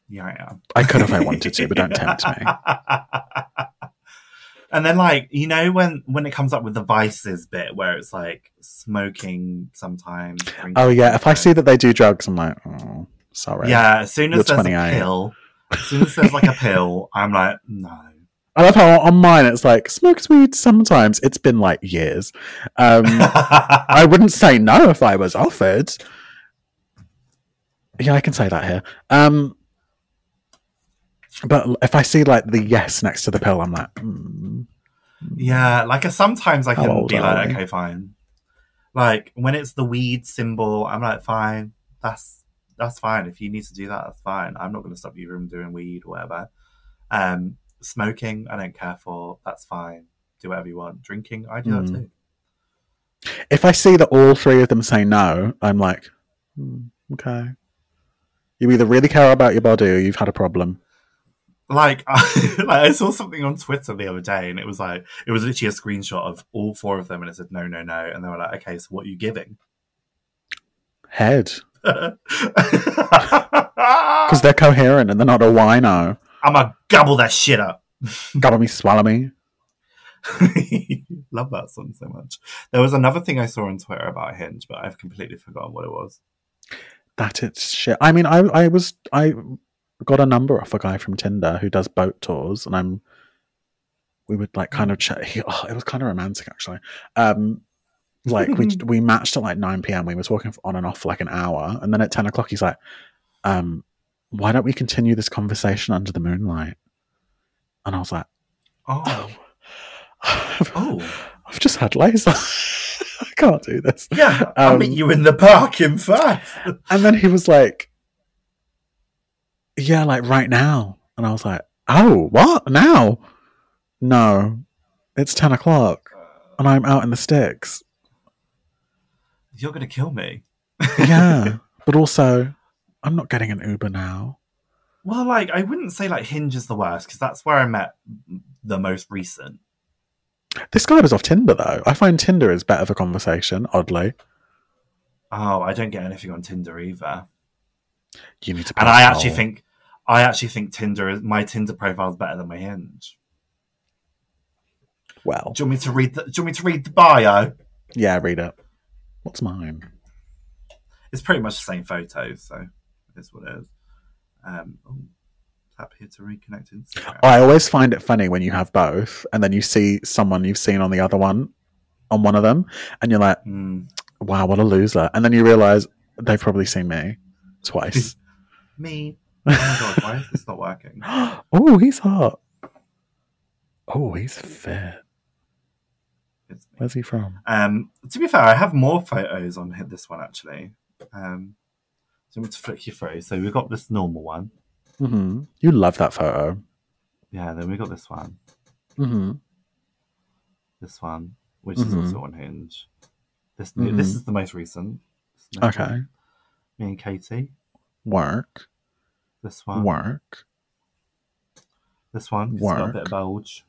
[SPEAKER 1] Yeah, I am.
[SPEAKER 2] I could if I wanted to, but don't tempt me.
[SPEAKER 1] <laughs> And then, like you know, when when it comes up with the vices bit, where it's like smoking sometimes. drinking
[SPEAKER 2] Oh yeah, if I
[SPEAKER 1] sometimes.
[SPEAKER 2] see that they do drugs, I'm like, oh, sorry.
[SPEAKER 1] Yeah, as soon as
[SPEAKER 2] You're
[SPEAKER 1] there's a
[SPEAKER 2] 28.
[SPEAKER 1] pill, as soon as there's like a pill, I'm like, no.
[SPEAKER 2] I love how on mine it's like smokes weed sometimes. It's been like years.
[SPEAKER 1] <laughs>
[SPEAKER 2] Um, I wouldn't say no if I was offered. Yeah, I can say that here. Um, but if I see like the yes next to the pill, I'm like, mm.
[SPEAKER 1] yeah, like uh, sometimes I
[SPEAKER 2] How
[SPEAKER 1] can
[SPEAKER 2] old
[SPEAKER 1] be
[SPEAKER 2] are
[SPEAKER 1] like,
[SPEAKER 2] we?
[SPEAKER 1] okay, fine. Like when it's the weed symbol, I'm like, fine, that's that's fine. If you need to do that, that's fine. I'm not going to stop you from doing weed or whatever. Um, smoking, I don't care for. That's fine. Do whatever you want. Drinking, I do that
[SPEAKER 2] Mm.
[SPEAKER 1] too.
[SPEAKER 2] if I see that all three of them say no, I'm like, mm, okay. You either really care about your body or you've had a problem.
[SPEAKER 1] like <laughs> I, like I saw something on Twitter the other day, and it was like it was literally a screenshot of all four of them, and it said no, no, no, and they were like, okay, so what are you giving? <laughs>
[SPEAKER 2] Head. <laughs> Because
[SPEAKER 1] I'm
[SPEAKER 2] they're coherent and they're not a wino.
[SPEAKER 1] gonna gobble that shit up.
[SPEAKER 2] Gobble me, swallow me.
[SPEAKER 1] <laughs> Love that song so much. There was another thing I saw on Twitter about Hinge, but I've completely forgotten what it was.
[SPEAKER 2] That it's shit. I mean, I I was I got a number off a guy from Tinder who does boat tours, and I'm we would like kind of chat. <laughs> He, oh, it was kind of romantic actually. Um, like we we matched at like nine p.m. We were talking on and off for like an hour, and then at ten o'clock he's like, um, "Why don't we continue this conversation under the moonlight?" And I was like,
[SPEAKER 1] Oh,
[SPEAKER 2] "Oh, <laughs>
[SPEAKER 1] oh,
[SPEAKER 2] I've just had laser. <laughs> I can't do this."
[SPEAKER 1] yeah. I'll meet
[SPEAKER 2] Um,
[SPEAKER 1] you in the park in five.
[SPEAKER 2] And then he was like, Yeah, like right now. And I was like, Oh, what? Now? No, it's 10 o'clock and I'm out in the sticks.
[SPEAKER 1] <laughs> You're gonna kill me.
[SPEAKER 2] Yeah. but also, I'm not getting an Uber now.
[SPEAKER 1] <laughs> Well, like I wouldn't say like Hinge is the worst because that's where I met the most recent.
[SPEAKER 2] This guy was off Tinder, though. I find Tinder is better for conversation, oddly.
[SPEAKER 1] Oh, I don't get anything on Tinder either,
[SPEAKER 2] You need to.
[SPEAKER 1] and I
[SPEAKER 2] pass
[SPEAKER 1] actually
[SPEAKER 2] roll.
[SPEAKER 1] think I actually think Tinder is my Tinder profile is better than my Hinge.
[SPEAKER 2] Well,
[SPEAKER 1] Do you want me to read? The, do you want me to read the bio?
[SPEAKER 2] yeah, read it. What's mine?
[SPEAKER 1] It's pretty much the same photos, so that's what it is. Um, ooh, tap here to reconnect Instagram.
[SPEAKER 2] I always find it funny when you have both and then you see someone you've seen on the other one, on one of them, and you're like,
[SPEAKER 1] Hmm,
[SPEAKER 2] wow, what a loser. And then you realize they've probably seen me
[SPEAKER 1] <laughs>
[SPEAKER 2] twice. <gasps>
[SPEAKER 1] me. Oh my god, why is this not working?
[SPEAKER 2] oh, he's hot. Oh, he's fit.
[SPEAKER 1] It's me.
[SPEAKER 2] Where's he from?
[SPEAKER 1] Um, to be fair, I have more photos on hi- this one actually. Um, so I'm going to flick you through. So we've got this normal one. Mm-hmm.
[SPEAKER 2] hmm You love that photo.
[SPEAKER 1] Yeah, then we got this one. Mm-hmm.
[SPEAKER 2] hmm
[SPEAKER 1] This one, which is
[SPEAKER 2] Mhm.
[SPEAKER 1] also on Hinge. This new, this
[SPEAKER 2] Mhm.
[SPEAKER 1] is the most recent. This next one,
[SPEAKER 2] Okay.
[SPEAKER 1] Me and Katie.
[SPEAKER 2] Work.
[SPEAKER 1] This one.
[SPEAKER 2] Work.
[SPEAKER 1] This one. It's got a bit
[SPEAKER 2] Work.
[SPEAKER 1] of bulge.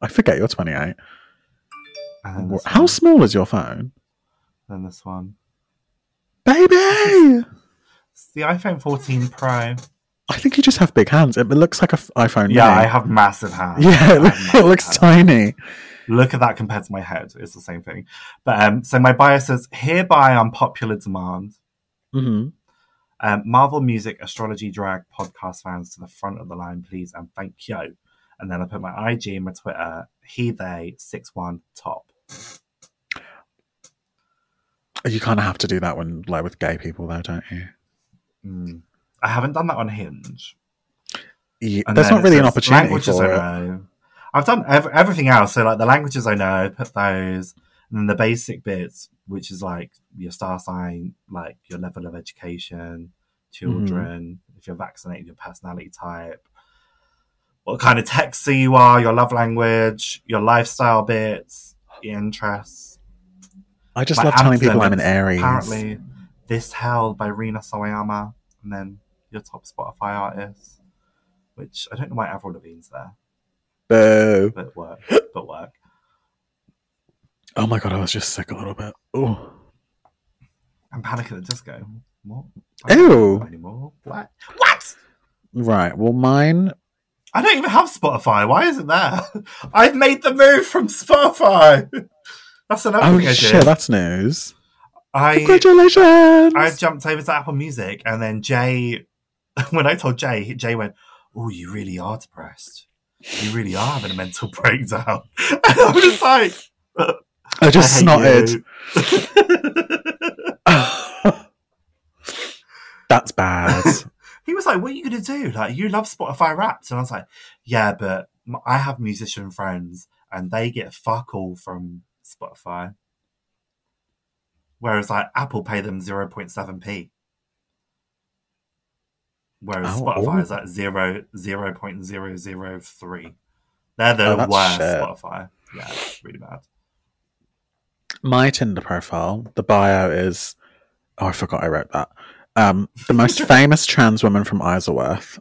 [SPEAKER 2] I forget you're 28.
[SPEAKER 1] And then
[SPEAKER 2] Wor-
[SPEAKER 1] this
[SPEAKER 2] How
[SPEAKER 1] one,
[SPEAKER 2] small is your phone?
[SPEAKER 1] Then this one.
[SPEAKER 2] Baby!
[SPEAKER 1] It's the iPhone 14 Pro.
[SPEAKER 2] I think you just have big hands. It looks like an iPhone.
[SPEAKER 1] Yeah, I
[SPEAKER 2] mini.
[SPEAKER 1] have massive hands.
[SPEAKER 2] <laughs> Yeah,
[SPEAKER 1] I
[SPEAKER 2] it,
[SPEAKER 1] have
[SPEAKER 2] loo- it
[SPEAKER 1] massive
[SPEAKER 2] looks
[SPEAKER 1] hands.
[SPEAKER 2] tiny.
[SPEAKER 1] Look at that compared to my head. It's the same thing. But um, so my bio says hereby on popular demand.
[SPEAKER 2] hmm
[SPEAKER 1] Um, Marvel music, astrology, drag, podcast fans to the front of the line, please, and thank you. And then I put my IG and my Twitter, he, they, six one top.
[SPEAKER 2] You kind of have to do that when, like, with gay people, though, don't you?
[SPEAKER 1] Mm. I haven't done that on Hinge.
[SPEAKER 2] Ye-
[SPEAKER 1] And
[SPEAKER 2] There's
[SPEAKER 1] then
[SPEAKER 2] not
[SPEAKER 1] it
[SPEAKER 2] really an
[SPEAKER 1] says,
[SPEAKER 2] opportunity
[SPEAKER 1] languages
[SPEAKER 2] for
[SPEAKER 1] I
[SPEAKER 2] it.
[SPEAKER 1] know. I've done ev- everything else. So like the languages I know, put those, and then the basic bits, which is like your star sign, like your level of education,
[SPEAKER 2] Mm-hmm.
[SPEAKER 1] children, if you're vaccinated, your personality type, what kind of texter you are, your love language, your lifestyle bits, your interests.
[SPEAKER 2] I just
[SPEAKER 1] My
[SPEAKER 2] love telling people I'm
[SPEAKER 1] anthem
[SPEAKER 2] an Aries.
[SPEAKER 1] Apparently, this held by Rina Sawayama, and then your top Spotify artist, which I don't know why Avril Lavigne's there,
[SPEAKER 2] Boo.
[SPEAKER 1] but work, but work.
[SPEAKER 2] Oh my god, I was just sick a little bit. Oh,
[SPEAKER 1] And Panic at the Disco. What?
[SPEAKER 2] Ew.
[SPEAKER 1] Not Anymore? What? What?
[SPEAKER 2] right. Well, mine.
[SPEAKER 1] I don't even have Spotify. Why isn't there? <laughs> I've made the move from Spotify. <laughs> That's another
[SPEAKER 2] Oh
[SPEAKER 1] thing I
[SPEAKER 2] shit,
[SPEAKER 1] did.
[SPEAKER 2] that's news.
[SPEAKER 1] I
[SPEAKER 2] Congratulations.
[SPEAKER 1] I jumped over to Apple Music, and then Jay, <laughs> when I told Jay, Jay went, "Oh, you really are depressed. You really are having a mental <laughs> breakdown." And I
[SPEAKER 2] <laughs>
[SPEAKER 1] was like,
[SPEAKER 2] I just
[SPEAKER 1] "I hate
[SPEAKER 2] snotted.
[SPEAKER 1] you."
[SPEAKER 2] <laughs>
[SPEAKER 1] <laughs>
[SPEAKER 2] that's bad. <laughs>
[SPEAKER 1] he was like, "What are you going to do? Like, you love Spotify Wrapped," and I was like, "Yeah, but m- I have musician friends, and they get fuck all from Spotify." Whereas, like, Apple pay them zero point seven p. Whereas
[SPEAKER 2] Oh,
[SPEAKER 1] Spotify
[SPEAKER 2] oh.
[SPEAKER 1] is like zero zero point zero zero three. They're the
[SPEAKER 2] Oh, that's
[SPEAKER 1] worst
[SPEAKER 2] shit.
[SPEAKER 1] Spotify. Yeah, it's really bad.
[SPEAKER 2] my Tinder profile, the bio is oh, I forgot I wrote that. Um,
[SPEAKER 1] <laughs>
[SPEAKER 2] the most famous trans woman from Isleworth.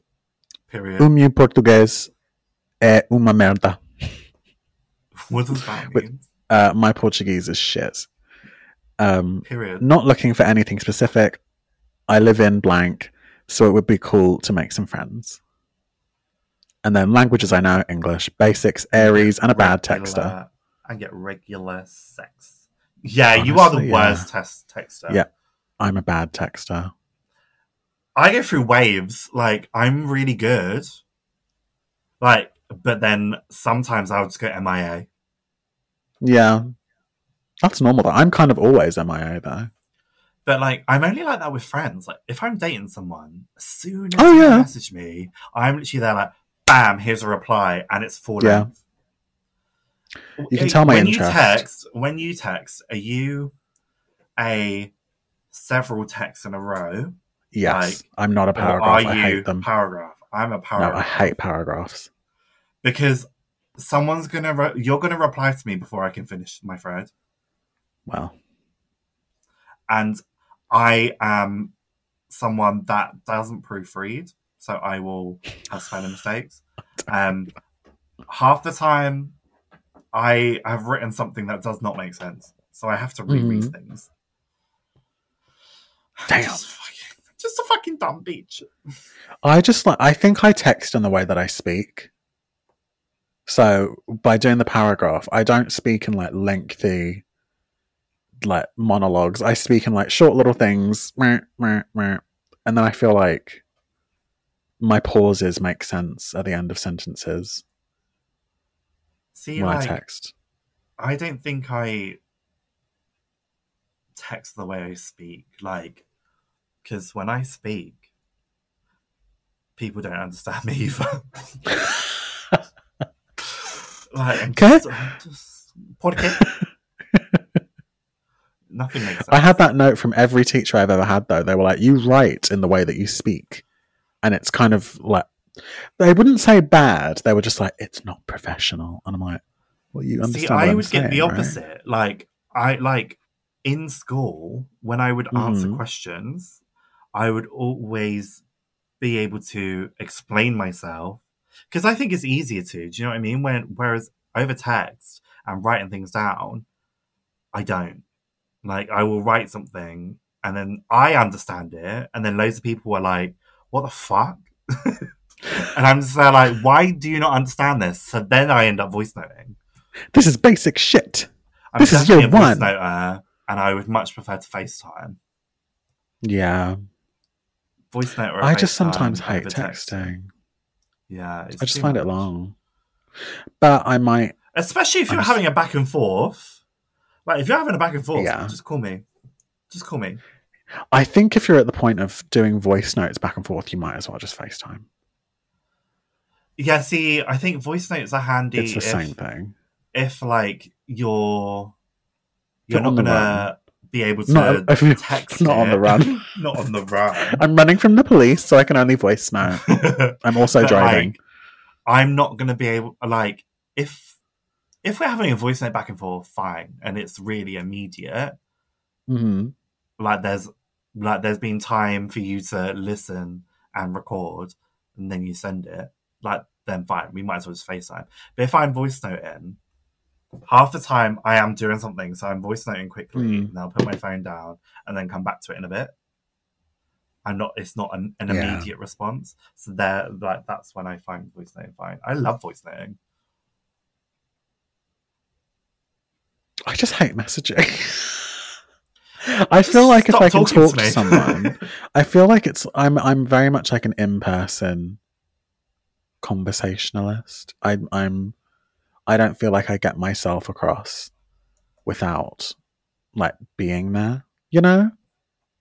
[SPEAKER 1] Period.
[SPEAKER 2] Um português é uma merda.
[SPEAKER 1] what does that
[SPEAKER 2] With-
[SPEAKER 1] mean?
[SPEAKER 2] Uh, my Portuguese is shit. Um,
[SPEAKER 1] Period.
[SPEAKER 2] not looking for anything specific. I live in blank, so it would be cool to make some friends. And then languages I know English, basics, Aries, and a bad texter.
[SPEAKER 1] Regular- I get regular sex. Yeah, you are the
[SPEAKER 2] Honestly,
[SPEAKER 1] worst test texter.
[SPEAKER 2] Yeah. I'm a bad texter.
[SPEAKER 1] I go through waves. Like I'm really good. Like, but then sometimes I'll just go MIA.
[SPEAKER 2] Yeah. That's normal though. I'm kind of always MIA though.
[SPEAKER 1] But like, I'm only like that with friends. Like, if I'm dating someone, as soon as
[SPEAKER 2] Oh,
[SPEAKER 1] they
[SPEAKER 2] yeah.
[SPEAKER 1] message me, I'm literally there like, bam, here's a reply, and it's full
[SPEAKER 2] Yeah.
[SPEAKER 1] length.
[SPEAKER 2] You can tell my
[SPEAKER 1] eh, when
[SPEAKER 2] interest.
[SPEAKER 1] you text. When you text, are you a several texts in a row?
[SPEAKER 2] Yes.
[SPEAKER 1] Like,
[SPEAKER 2] I'm not a
[SPEAKER 1] Or
[SPEAKER 2] paragraph. I
[SPEAKER 1] are you
[SPEAKER 2] hate them.
[SPEAKER 1] paragraph? I'm a
[SPEAKER 2] no, I
[SPEAKER 1] paragraph
[SPEAKER 2] hate paragraphs.
[SPEAKER 1] because someone's gonna re- you're gonna reply to me before I can finish my thread,
[SPEAKER 2] Well,
[SPEAKER 1] and I am someone that doesn't proofread, so I will have spelling
[SPEAKER 2] <laughs>
[SPEAKER 1] mistakes. Um, half the time, I have written something that does not make sense, so I have to reread things. <sighs>
[SPEAKER 2] Mm-hmm. Damn.
[SPEAKER 1] Just, fucking, just a fucking dumb beach.
[SPEAKER 2] I just like I think I text in the way that I speak. So by doing the paragraph, I don't speak in like lengthy like monologues. I speak in like short little things. meh, meh, meh, And then I feel like my pauses make sense at the end of sentences
[SPEAKER 1] See,
[SPEAKER 2] when I
[SPEAKER 1] like,
[SPEAKER 2] text.
[SPEAKER 1] I don't think I text the way I speak, like, because when I speak, people don't understand me <laughs> either. like, I'm
[SPEAKER 2] Okay.
[SPEAKER 1] just, I'm just ¿Por
[SPEAKER 2] <laughs>
[SPEAKER 1] qué? Nothing makes sense.
[SPEAKER 2] I had that note from every teacher I've ever had, though. They were like, you write in the way that you speak. And it's kind of like, they wouldn't say bad. They were just like, it's not professional. And I'm like, well, you understand.
[SPEAKER 1] See,
[SPEAKER 2] what
[SPEAKER 1] I
[SPEAKER 2] I'm
[SPEAKER 1] would get the
[SPEAKER 2] saying, right?"
[SPEAKER 1] opposite. Like I like in school when I would answer
[SPEAKER 2] Mhm.
[SPEAKER 1] questions, I would always be able to explain myself because I think it's easier to. Do you know what I mean? When whereas over text and writing things down, I don't. Like I will write something and then I understand it, and then loads of people are like, "What the fuck." <laughs> and I'm just there like, why do you not understand this? So then I end up voice noting.
[SPEAKER 2] This is basic shit.
[SPEAKER 1] I'm
[SPEAKER 2] This is
[SPEAKER 1] definitely
[SPEAKER 2] your
[SPEAKER 1] a voice
[SPEAKER 2] one.
[SPEAKER 1] noter, and I would much prefer to FaceTime.
[SPEAKER 2] Yeah.
[SPEAKER 1] Voice note or
[SPEAKER 2] I just
[SPEAKER 1] FaceTime
[SPEAKER 2] sometimes hate
[SPEAKER 1] over text.
[SPEAKER 2] texting.
[SPEAKER 1] Yeah, it's
[SPEAKER 2] I just
[SPEAKER 1] too
[SPEAKER 2] find it
[SPEAKER 1] much.
[SPEAKER 2] long. But I might,
[SPEAKER 1] Especially if
[SPEAKER 2] I
[SPEAKER 1] you're
[SPEAKER 2] just-
[SPEAKER 1] having a back and forth. Like if you're having a back and forth,
[SPEAKER 2] Yeah.
[SPEAKER 1] just call me. Just call me.
[SPEAKER 2] I think if you're at the point of doing voice notes back and forth, you might as well just FaceTime.
[SPEAKER 1] Yeah, see, I think voice notes are handy.
[SPEAKER 2] It's the
[SPEAKER 1] if,
[SPEAKER 2] same thing.
[SPEAKER 1] If like you're you're
[SPEAKER 2] You're
[SPEAKER 1] not
[SPEAKER 2] on the
[SPEAKER 1] gonna be able to
[SPEAKER 2] <laughs> Not, if you-
[SPEAKER 1] text
[SPEAKER 2] not on
[SPEAKER 1] it. <laughs>
[SPEAKER 2] the run.
[SPEAKER 1] not on
[SPEAKER 2] <laughs>
[SPEAKER 1] the run.
[SPEAKER 2] I'm running from the police, so I can only voice note.
[SPEAKER 1] <laughs>
[SPEAKER 2] I'm also
[SPEAKER 1] But,
[SPEAKER 2] driving.
[SPEAKER 1] Like, I'm not gonna be able like if if we're having a voice note back and forth, fine, and it's really immediate.
[SPEAKER 2] hmm
[SPEAKER 1] Like there's like there's been time for you to listen and record, and then you send it. Like then fine, we might as well just FaceTime. But if I'm voice noting, half the time I am doing something, so I'm voice noting quickly,
[SPEAKER 2] Mm.
[SPEAKER 1] and I'll put my phone down and then come back to it in a bit. I'm not. It's not an, an
[SPEAKER 2] Yeah.
[SPEAKER 1] immediate response. So there, like that's when I find voice noting fine. I love voice noting.
[SPEAKER 2] I just hate messaging. <laughs> I feel like if
[SPEAKER 1] Stop
[SPEAKER 2] I can
[SPEAKER 1] talking
[SPEAKER 2] talk to,
[SPEAKER 1] me. <laughs>
[SPEAKER 2] someone, I feel like it's I'm I'm very much like an in-person conversationalist. I I'm I don't feel like I get myself across without like being there, you know?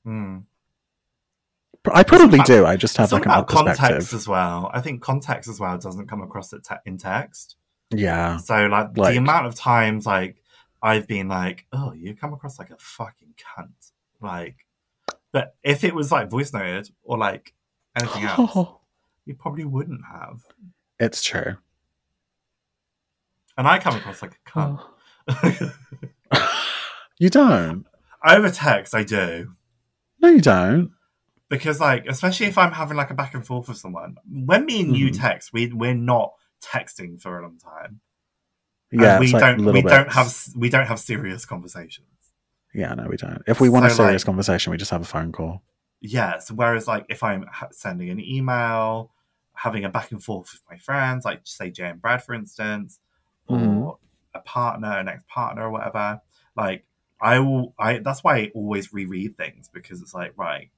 [SPEAKER 1] Hmm.
[SPEAKER 2] Pr- I probably
[SPEAKER 1] about-
[SPEAKER 2] do. I just have
[SPEAKER 1] It's all
[SPEAKER 2] like another
[SPEAKER 1] about context
[SPEAKER 2] perspective.
[SPEAKER 1] as well. I think context as well doesn't come across it te- in text.
[SPEAKER 2] Yeah.
[SPEAKER 1] So like,
[SPEAKER 2] Oh. Like-
[SPEAKER 1] the amount of times like I've been like, oh, you come across like a fucking cunt. Like, but if it was like voice noted or like
[SPEAKER 2] <laughs>
[SPEAKER 1] anything else, you probably wouldn't have.
[SPEAKER 2] it's true.
[SPEAKER 1] And I come across like a
[SPEAKER 2] Oh.
[SPEAKER 1] cunt
[SPEAKER 2] <laughs>
[SPEAKER 1] <laughs>
[SPEAKER 2] you don't.
[SPEAKER 1] over text. I do
[SPEAKER 2] No, you don't.
[SPEAKER 1] because like, especially if I'm having like a back and forth with someone. When me and you
[SPEAKER 2] Mhm.
[SPEAKER 1] text, we we're not texting for a long time. And
[SPEAKER 2] Yeah,
[SPEAKER 1] we
[SPEAKER 2] it's like
[SPEAKER 1] don't.
[SPEAKER 2] little
[SPEAKER 1] We don't
[SPEAKER 2] bits.
[SPEAKER 1] have s- we don't have serious conversations.
[SPEAKER 2] Yeah, no, we don't. If we want a
[SPEAKER 1] So,
[SPEAKER 2] serious
[SPEAKER 1] like-
[SPEAKER 2] conversation, we just have a phone call.
[SPEAKER 1] yeah so whereas like if i'm ha- sending an email having a back and forth with my friends like say jay and brad for instance or
[SPEAKER 2] Mhm.
[SPEAKER 1] a partner an ex-partner or whatever like i will i that's why i always reread things because it's like right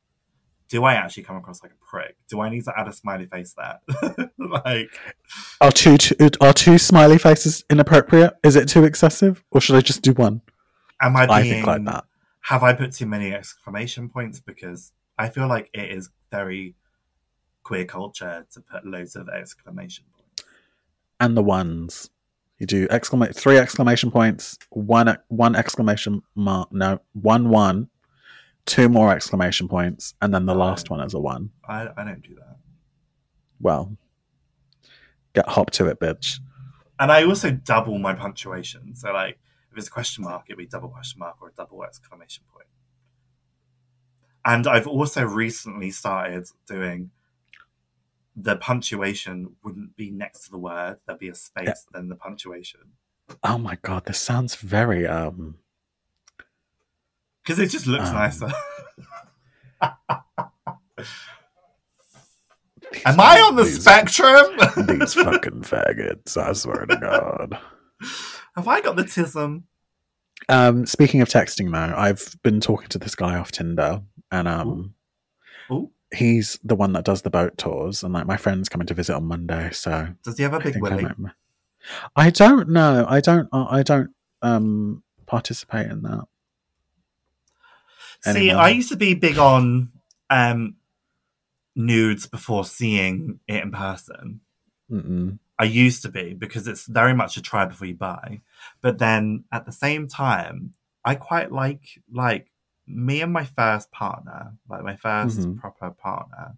[SPEAKER 1] do i actually come across like a prick do i need to add a smiley face there <laughs> like
[SPEAKER 2] Are two, two are two smiley faces inappropriate? Is it too excessive, or should I just do one?
[SPEAKER 1] am i being
[SPEAKER 2] I think like that.
[SPEAKER 1] have i put too many exclamation points because i feel like it is very queer culture to put loads of exclamation points
[SPEAKER 2] And the ones you do exclamate three exclamation points, one e, one exclamation mark, no one one, two more exclamation points, and then the last one is a one.
[SPEAKER 1] I, I don't do that.
[SPEAKER 2] Well, get hop to it, bitch.
[SPEAKER 1] And I also double my punctuation. So, like, if it's a question mark, it'd be double question mark or a double exclamation point. And I've also recently started doing the punctuation wouldn't be next to the word, there'd be a space, then the punctuation.
[SPEAKER 2] Oh my god, this sounds very um.
[SPEAKER 1] Because it just looks
[SPEAKER 2] Um,
[SPEAKER 1] nicer. <laughs> Am I on the
[SPEAKER 2] these-
[SPEAKER 1] spectrum?
[SPEAKER 2] These fucking faggots! I swear to God.
[SPEAKER 1] Have I got the tism?
[SPEAKER 2] Um, speaking of texting, though, I've been talking to this guy off Tinder, and um,
[SPEAKER 1] Oh,
[SPEAKER 2] he's the one that does the boat tours, and like my friend's coming to visit on Monday, so
[SPEAKER 1] does he have a
[SPEAKER 2] I
[SPEAKER 1] big
[SPEAKER 2] think I
[SPEAKER 1] willy?
[SPEAKER 2] might. m- I don't know. I don't. I don't um participate in that.
[SPEAKER 1] See,
[SPEAKER 2] anymore.
[SPEAKER 1] I used to be big on um, nudes before seeing it in person.
[SPEAKER 2] Mm-mm.
[SPEAKER 1] I used to be because it's very much a try before you buy. But then at the same time, I quite like like me and my first partner, like my 1st
[SPEAKER 2] Mhm.
[SPEAKER 1] proper partner,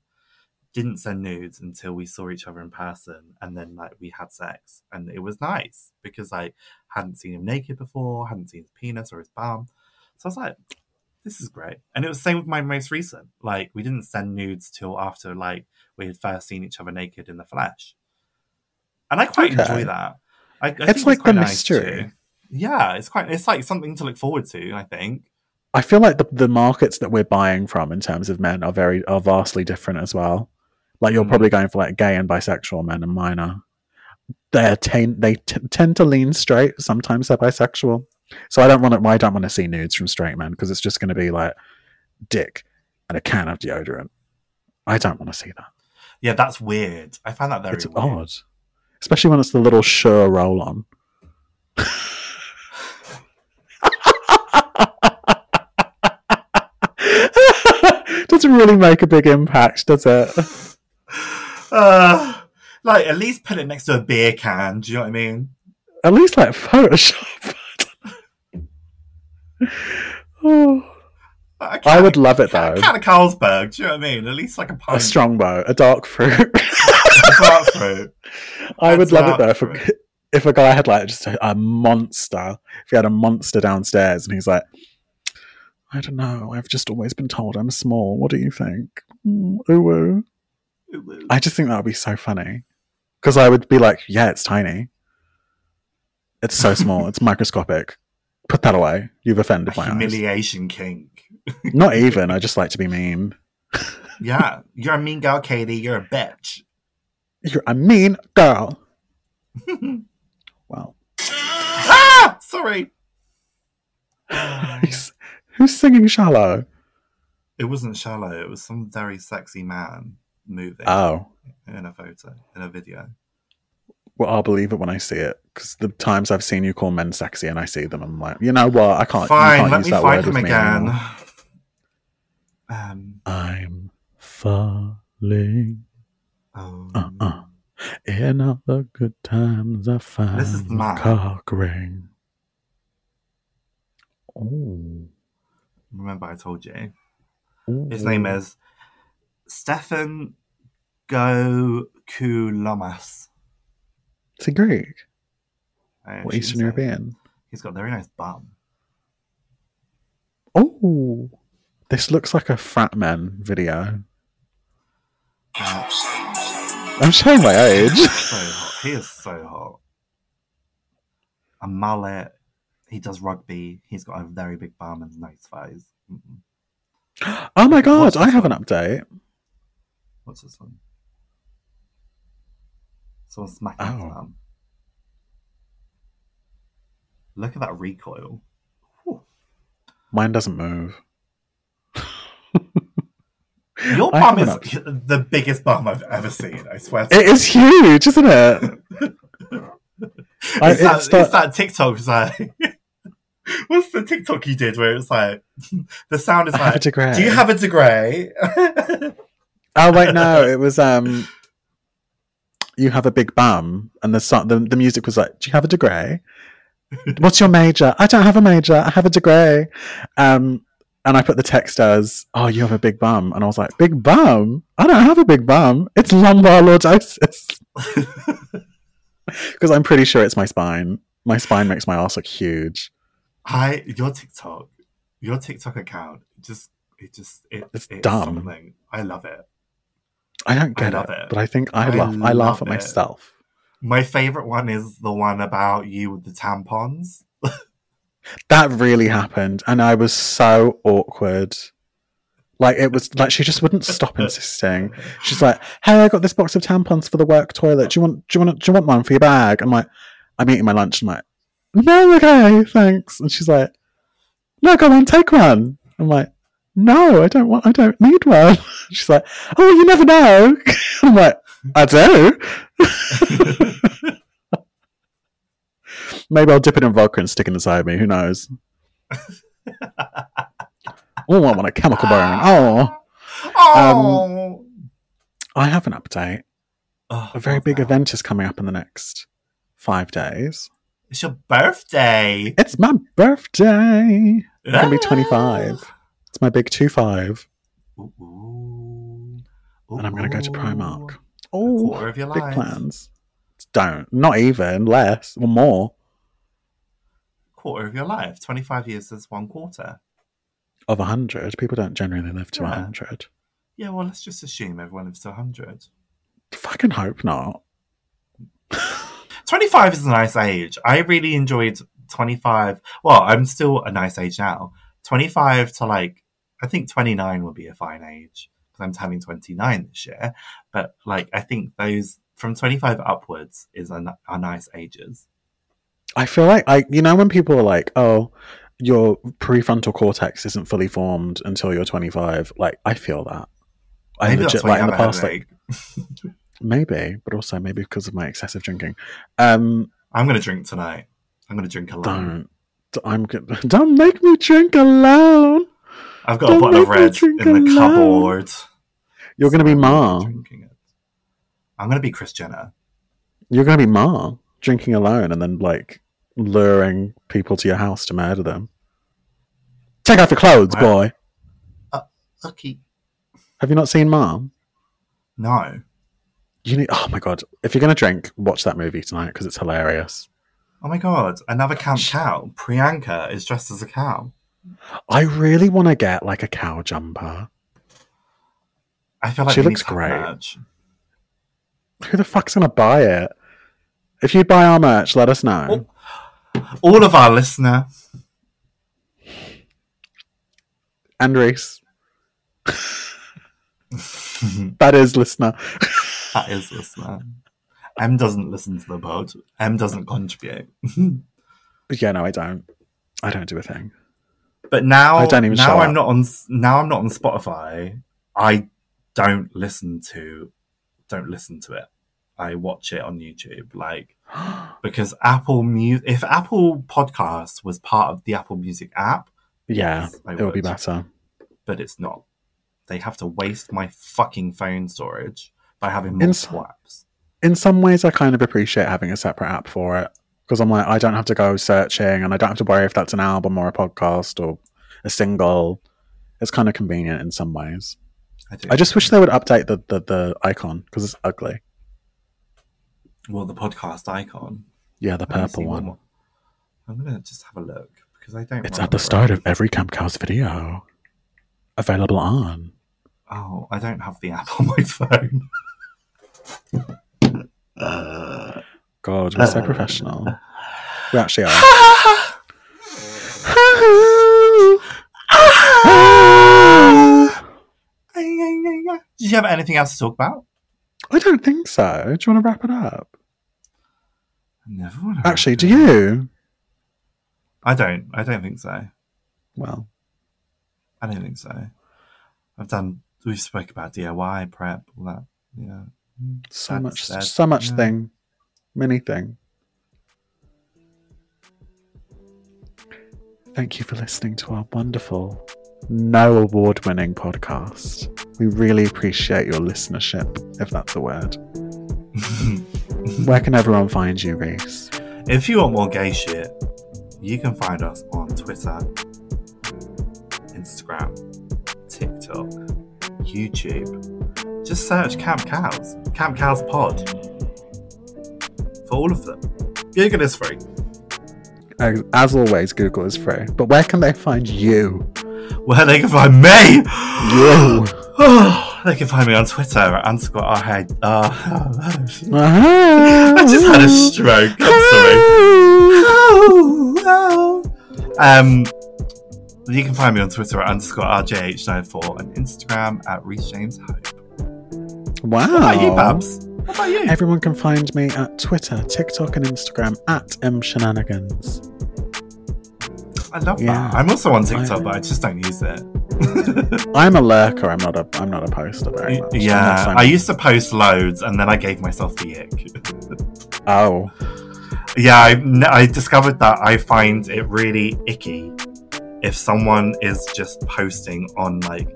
[SPEAKER 1] didn't send nudes until we saw each other in person and then like we had sex and it was nice because I hadn't seen him naked before, hadn't seen his penis or his bum. So I was like, this is great. And it was the same with my most recent. Like we didn't send nudes till after like we had first seen each other naked in the flesh. And I quite
[SPEAKER 2] Okay.
[SPEAKER 1] enjoy that. I, I think
[SPEAKER 2] It's like the
[SPEAKER 1] quite nice
[SPEAKER 2] mystery.
[SPEAKER 1] too. yeah, it's quite it's like something to look forward to, I think.
[SPEAKER 2] I feel like the the markets that we're buying from in terms of men are very are vastly different as well. Like you're
[SPEAKER 1] Mm.
[SPEAKER 2] probably going for like gay and bisexual men, and mine are they're ten, they t- tend to lean straight. Sometimes they're bisexual, so I don't want to. I don't want to see nudes from straight men because it's just going to be like dick and a can of deodorant. I don't want to see that.
[SPEAKER 1] Yeah, that's weird. I find that very
[SPEAKER 2] it's
[SPEAKER 1] weird. <sighs>
[SPEAKER 2] odd, especially when it's the little sure roll on. <laughs> Doesn't really make a big impact, does it?
[SPEAKER 1] Uh, Like, at least put it next to a beer can. Do you know what I mean?
[SPEAKER 2] At least like Photoshop. <laughs> oh.
[SPEAKER 1] Like, a can
[SPEAKER 2] I would
[SPEAKER 1] Of,
[SPEAKER 2] love it
[SPEAKER 1] a
[SPEAKER 2] though.
[SPEAKER 1] can of Carlsberg. Do you know what I mean? At least like a
[SPEAKER 2] A
[SPEAKER 1] pint
[SPEAKER 2] strongbow, a dark fruit.
[SPEAKER 1] of dark fruit.
[SPEAKER 2] <laughs> I would
[SPEAKER 1] That's
[SPEAKER 2] love it though
[SPEAKER 1] dark
[SPEAKER 2] if a, <laughs> if a guy had like just a, a monster, if he had a monster downstairs and he's like, I don't know, I've just always been told I'm small. What do you think? Mm, ooh, ooh. I just think that would be so funny because I would be like, yeah, it's tiny. It's so
[SPEAKER 1] <laughs>
[SPEAKER 2] small. it's microscopic. Put that away. You've
[SPEAKER 1] A
[SPEAKER 2] offended my eyes.
[SPEAKER 1] humiliation kink.
[SPEAKER 2] Not even. I just like to be mean.
[SPEAKER 1] Yeah, you're a mean girl, Katie. You're a bitch.
[SPEAKER 2] You're a mean girl.
[SPEAKER 1] <laughs>
[SPEAKER 2] <laughs> Wow.
[SPEAKER 1] ah, sorry.
[SPEAKER 2] Who's, who's singing shallow?
[SPEAKER 1] It wasn't shallow. It was some very sexy man moving
[SPEAKER 2] Oh.
[SPEAKER 1] in a photo, in a video.
[SPEAKER 2] Well, I'll believe it when I see it because the times I've seen you call men sexy and I see them, I'm like, you know what? I can't. you
[SPEAKER 1] Fine,
[SPEAKER 2] can't
[SPEAKER 1] let
[SPEAKER 2] use
[SPEAKER 1] me
[SPEAKER 2] that
[SPEAKER 1] find
[SPEAKER 2] word
[SPEAKER 1] him
[SPEAKER 2] with me
[SPEAKER 1] again.
[SPEAKER 2] anymore.
[SPEAKER 1] um,
[SPEAKER 2] I'm falling
[SPEAKER 1] um,
[SPEAKER 2] Uh-uh. in all the good times. I find
[SPEAKER 1] is
[SPEAKER 2] a
[SPEAKER 1] mine.
[SPEAKER 2] cock ring. Oh,
[SPEAKER 1] remember I told you his name is Stefan Gokulomas.
[SPEAKER 2] It's a Greek
[SPEAKER 1] I
[SPEAKER 2] or
[SPEAKER 1] assume
[SPEAKER 2] Eastern
[SPEAKER 1] so.
[SPEAKER 2] European.
[SPEAKER 1] He's got a very nice bum.
[SPEAKER 2] Oh, this looks like a frat man video.
[SPEAKER 1] Uh,
[SPEAKER 2] I'm showing my age. <gasps> <laughs>
[SPEAKER 1] so hot. He is so hot. A mullet. He does rugby. He's got a very big bum and nice thighs. Mhm.
[SPEAKER 2] Oh my god,
[SPEAKER 1] What's
[SPEAKER 2] I
[SPEAKER 1] this
[SPEAKER 2] have an
[SPEAKER 1] one?
[SPEAKER 2] update.
[SPEAKER 1] What's this one? Someone smacking his
[SPEAKER 2] Oh.
[SPEAKER 1] bum. Look at that recoil.
[SPEAKER 2] Mine doesn't move.
[SPEAKER 1] Your
[SPEAKER 2] I
[SPEAKER 1] bum is
[SPEAKER 2] haven't
[SPEAKER 1] the biggest bum I've ever seen. I swear. To
[SPEAKER 2] It is huge, isn't it? I,
[SPEAKER 1] it's, that,
[SPEAKER 2] it's the-
[SPEAKER 1] it's that TikTok. It's like, <laughs> what's the TikTok you did where it's like <laughs> the sound is
[SPEAKER 2] I have a
[SPEAKER 1] like,
[SPEAKER 2] degree.
[SPEAKER 1] "Do you have a degree?" <laughs>
[SPEAKER 2] oh wait, no, it was um. You have a big bum, and the song, the, the music was like, "Do you have a degree? What's your major? I don't have a major. I have a degree." Um, and I put the text as, "Oh, you have a big bum," and I was like, "Big bum? I don't have a big bum. It's lumbar lordosis." <laughs> Because I'm pretty sure it's my spine. My spine makes my ass look huge.
[SPEAKER 1] I your TikTok, your TikTok account just it just it,
[SPEAKER 2] It's
[SPEAKER 1] it's
[SPEAKER 2] dumb.
[SPEAKER 1] something. I love it.
[SPEAKER 2] I don't
[SPEAKER 1] I
[SPEAKER 2] get
[SPEAKER 1] love
[SPEAKER 2] it,
[SPEAKER 1] it.
[SPEAKER 2] but I think I,
[SPEAKER 1] I
[SPEAKER 2] laugh. I
[SPEAKER 1] love
[SPEAKER 2] laugh at
[SPEAKER 1] it.
[SPEAKER 2] myself.
[SPEAKER 1] My favorite one is the one about you with the tampons.
[SPEAKER 2] That really happened, and I was so awkward. Like it was like she just wouldn't stop insisting. She's like, "Hey, I got this box of tampons for the work toilet. Do you want? Do you want? Do you want one for your bag?" I'm like, "I'm eating my lunch." I'm like, "No, okay, thanks." And she's like, "No, go on, take one." I'm like, "No, I don't want. I don't need one." <laughs> She's like, "Oh, you never know." <laughs> I'm like, "I do." <laughs> Maybe I'll dip it in vodka and stick it inside me. Who knows? oh, I want a chemical burn.
[SPEAKER 1] Ah.
[SPEAKER 2] Oh,
[SPEAKER 1] oh,
[SPEAKER 2] I have an update.
[SPEAKER 1] Oh,
[SPEAKER 2] Um, A very
[SPEAKER 1] what's
[SPEAKER 2] big
[SPEAKER 1] that?
[SPEAKER 2] event is coming up in the next five days.
[SPEAKER 1] It's your birthday.
[SPEAKER 2] It's my birthday.
[SPEAKER 1] I'm
[SPEAKER 2] gonna be 25. It's my big two five, and I'm going to go to Primark. Oh,
[SPEAKER 1] Quarter of your
[SPEAKER 2] big
[SPEAKER 1] life.
[SPEAKER 2] plans. Don't. Not even less or more.
[SPEAKER 1] Quarter of your life. 25 years is one quarter.
[SPEAKER 2] Of a hundred, people don't generally live to a
[SPEAKER 1] Yeah.
[SPEAKER 2] hundred.
[SPEAKER 1] Yeah, well, let's just assume everyone lives to 100.
[SPEAKER 2] Fucking hope not.
[SPEAKER 1] 25 is a nice age. I really enjoyed 25. Well, I'm still a nice age now. 25 to like, I think 29 will be a fine age because I'm turning 29 this year. But like, I think those from 25 upwards is a, n- are nice ages.
[SPEAKER 2] I feel like I, you know, when people are like, "Oh, your prefrontal cortex isn't fully formed until you're 25," like I feel that. I
[SPEAKER 1] Maybe
[SPEAKER 2] legit
[SPEAKER 1] that's why
[SPEAKER 2] like
[SPEAKER 1] you
[SPEAKER 2] in the
[SPEAKER 1] have a
[SPEAKER 2] past, like
[SPEAKER 1] headache.
[SPEAKER 2] maybe, but also maybe because of my excessive drinking. Um,
[SPEAKER 1] I'm going to drink tonight. I'm going to drink alone.
[SPEAKER 2] don't. d- I'm good. <laughs> Don't make me drink alone.
[SPEAKER 1] I've got
[SPEAKER 2] Don't
[SPEAKER 1] a bottle of
[SPEAKER 2] make me
[SPEAKER 1] red
[SPEAKER 2] drink
[SPEAKER 1] in the
[SPEAKER 2] alone.
[SPEAKER 1] cupboard.
[SPEAKER 2] You're going to be
[SPEAKER 1] So I'm
[SPEAKER 2] Ma.
[SPEAKER 1] drinking it. I'm gonna be Chris Jenner.
[SPEAKER 2] You're going to be Ma, drinking alone and then, like, luring people to your house to murder them. Take off your clothes,
[SPEAKER 1] Wow.
[SPEAKER 2] boy.
[SPEAKER 1] Lucky.
[SPEAKER 2] Have you not seen Ma?
[SPEAKER 1] No.
[SPEAKER 2] You need, oh my god. If you're going to drink, watch that movie tonight because it's hilarious.
[SPEAKER 1] Oh my god, another camp cow. Priyanka is dressed as a cow.
[SPEAKER 2] I really want to get, like, a cow jumper.
[SPEAKER 1] I feel like
[SPEAKER 2] She
[SPEAKER 1] we
[SPEAKER 2] looks
[SPEAKER 1] need to have
[SPEAKER 2] great.
[SPEAKER 1] merch.
[SPEAKER 2] Who the fuck's going to buy it? If you buy our merch, let us know.
[SPEAKER 1] Oh. All of our listener, <laughs>
[SPEAKER 2] And Reese. That is listener.
[SPEAKER 1] that is listener. M doesn't listen to the pod. M doesn't contribute. <laughs>
[SPEAKER 2] Yeah, no, I don't. I don't do a thing.
[SPEAKER 1] But now,
[SPEAKER 2] I don't even
[SPEAKER 1] now
[SPEAKER 2] show
[SPEAKER 1] I'm
[SPEAKER 2] up.
[SPEAKER 1] not on. Now I'm not on Spotify. I don't listen to, don't listen to it. I watch it on YouTube, like because Apple Music. If Apple Podcast was part of the Apple Music app,
[SPEAKER 2] yeah,
[SPEAKER 1] I
[SPEAKER 2] it would be
[SPEAKER 1] would.
[SPEAKER 2] better.
[SPEAKER 1] but it's not. They have to waste my fucking phone storage by having
[SPEAKER 2] Ins-
[SPEAKER 1] multiple apps.
[SPEAKER 2] In some ways, I kind of appreciate having a separate app for it because I'm like, I don't have to go searching and I don't have to worry if that's an album or a podcast or a single. It's kind of convenient in some ways.
[SPEAKER 1] I do.
[SPEAKER 2] I just wish they would update the, the, the icon because it's ugly.
[SPEAKER 1] well the podcast icon,
[SPEAKER 2] Yeah, the
[SPEAKER 1] Let me
[SPEAKER 2] purple
[SPEAKER 1] see what
[SPEAKER 2] one.
[SPEAKER 1] mo- I'm gonna just have a look because I don't.
[SPEAKER 2] It's at
[SPEAKER 1] remember
[SPEAKER 2] the start
[SPEAKER 1] it.
[SPEAKER 2] of every Camp Cows video. Available on.
[SPEAKER 1] Oh, I don't have the app <laughs> on my
[SPEAKER 2] <laughs>
[SPEAKER 1] phone. Uh,
[SPEAKER 2] God, we're so professional. We actually
[SPEAKER 1] <laughs>
[SPEAKER 2] are.
[SPEAKER 1] Did you have anything else to talk about?
[SPEAKER 2] I don't think so. Do you want to wrap it up?
[SPEAKER 1] I Never wanna wrap
[SPEAKER 2] Actually,
[SPEAKER 1] it
[SPEAKER 2] do
[SPEAKER 1] up.
[SPEAKER 2] you?
[SPEAKER 1] I don't. I don't think so.
[SPEAKER 2] Well,
[SPEAKER 1] I don't think so. I've done. We've spoke about DIY prep, all that. Yeah. <laughs>
[SPEAKER 2] so
[SPEAKER 1] That's-
[SPEAKER 2] much,
[SPEAKER 1] that's-
[SPEAKER 2] so much
[SPEAKER 1] yeah.
[SPEAKER 2] thing, many thing. Thank you for listening to our wonderful, no award winning podcast. We really appreciate your listenership, if that's a word. Where can everyone find you, Reese?
[SPEAKER 1] if you want more gay shit, you can find us on Twitter, Instagram, TikTok, YouTube. Just search Camp Cows, Camp Cows Pod, for all of them. Google is free.
[SPEAKER 2] As, Uh, as always, Google is free. But where can they
[SPEAKER 1] <laughs>
[SPEAKER 2] find you?
[SPEAKER 1] Where they can find me.
[SPEAKER 2] You.
[SPEAKER 1] <sighs> they can find me on Twitter at underscore RH. Uh, <laughs>
[SPEAKER 2] I
[SPEAKER 1] I just had
[SPEAKER 2] <laughs>
[SPEAKER 1] a stroke. I'm sorry. Um, you can find me on Twitter at underscore RJH94 and Instagram at Reese James Hope.
[SPEAKER 2] Wow.
[SPEAKER 1] What about you, Babs? What about you?
[SPEAKER 2] Everyone can find me at Twitter, TikTok, and Instagram at mshenanigans.
[SPEAKER 1] I love
[SPEAKER 2] Yeah.
[SPEAKER 1] that. I'm also on TikTok, but I just don't use it.
[SPEAKER 2] I'm a lurker. I'm not a. I'm not a poster very much. unless
[SPEAKER 1] <laughs> yeah,
[SPEAKER 2] I'm-
[SPEAKER 1] I used to post loads, and then I gave myself the ick.
[SPEAKER 2] Oh,
[SPEAKER 1] yeah, I, n- I discovered that I find it really icky if someone is just posting on like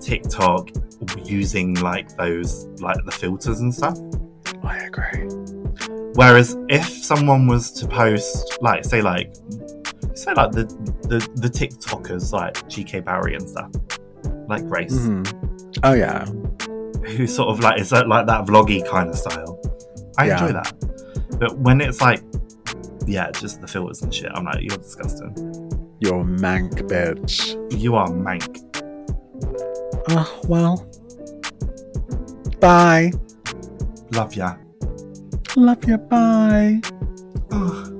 [SPEAKER 1] TikTok using like those like the filters and stuff.
[SPEAKER 2] I agree.
[SPEAKER 1] Whereas if someone was to post, like, say, like, say, like the the, the TikTokers, like GK Barry and stuff, like Grace,
[SPEAKER 2] Mhm. Oh yeah.
[SPEAKER 1] who sort of like is that like that vloggy kind of style, I
[SPEAKER 2] Yeah.
[SPEAKER 1] enjoy that. But when it's like, yeah, just the filters and shit, I'm like, you're disgusting.
[SPEAKER 2] You're a mank bitch.
[SPEAKER 1] You are mank.
[SPEAKER 2] Oh well. Bye.
[SPEAKER 1] Love ya.
[SPEAKER 2] Love you. Bye.
[SPEAKER 1] Ugh.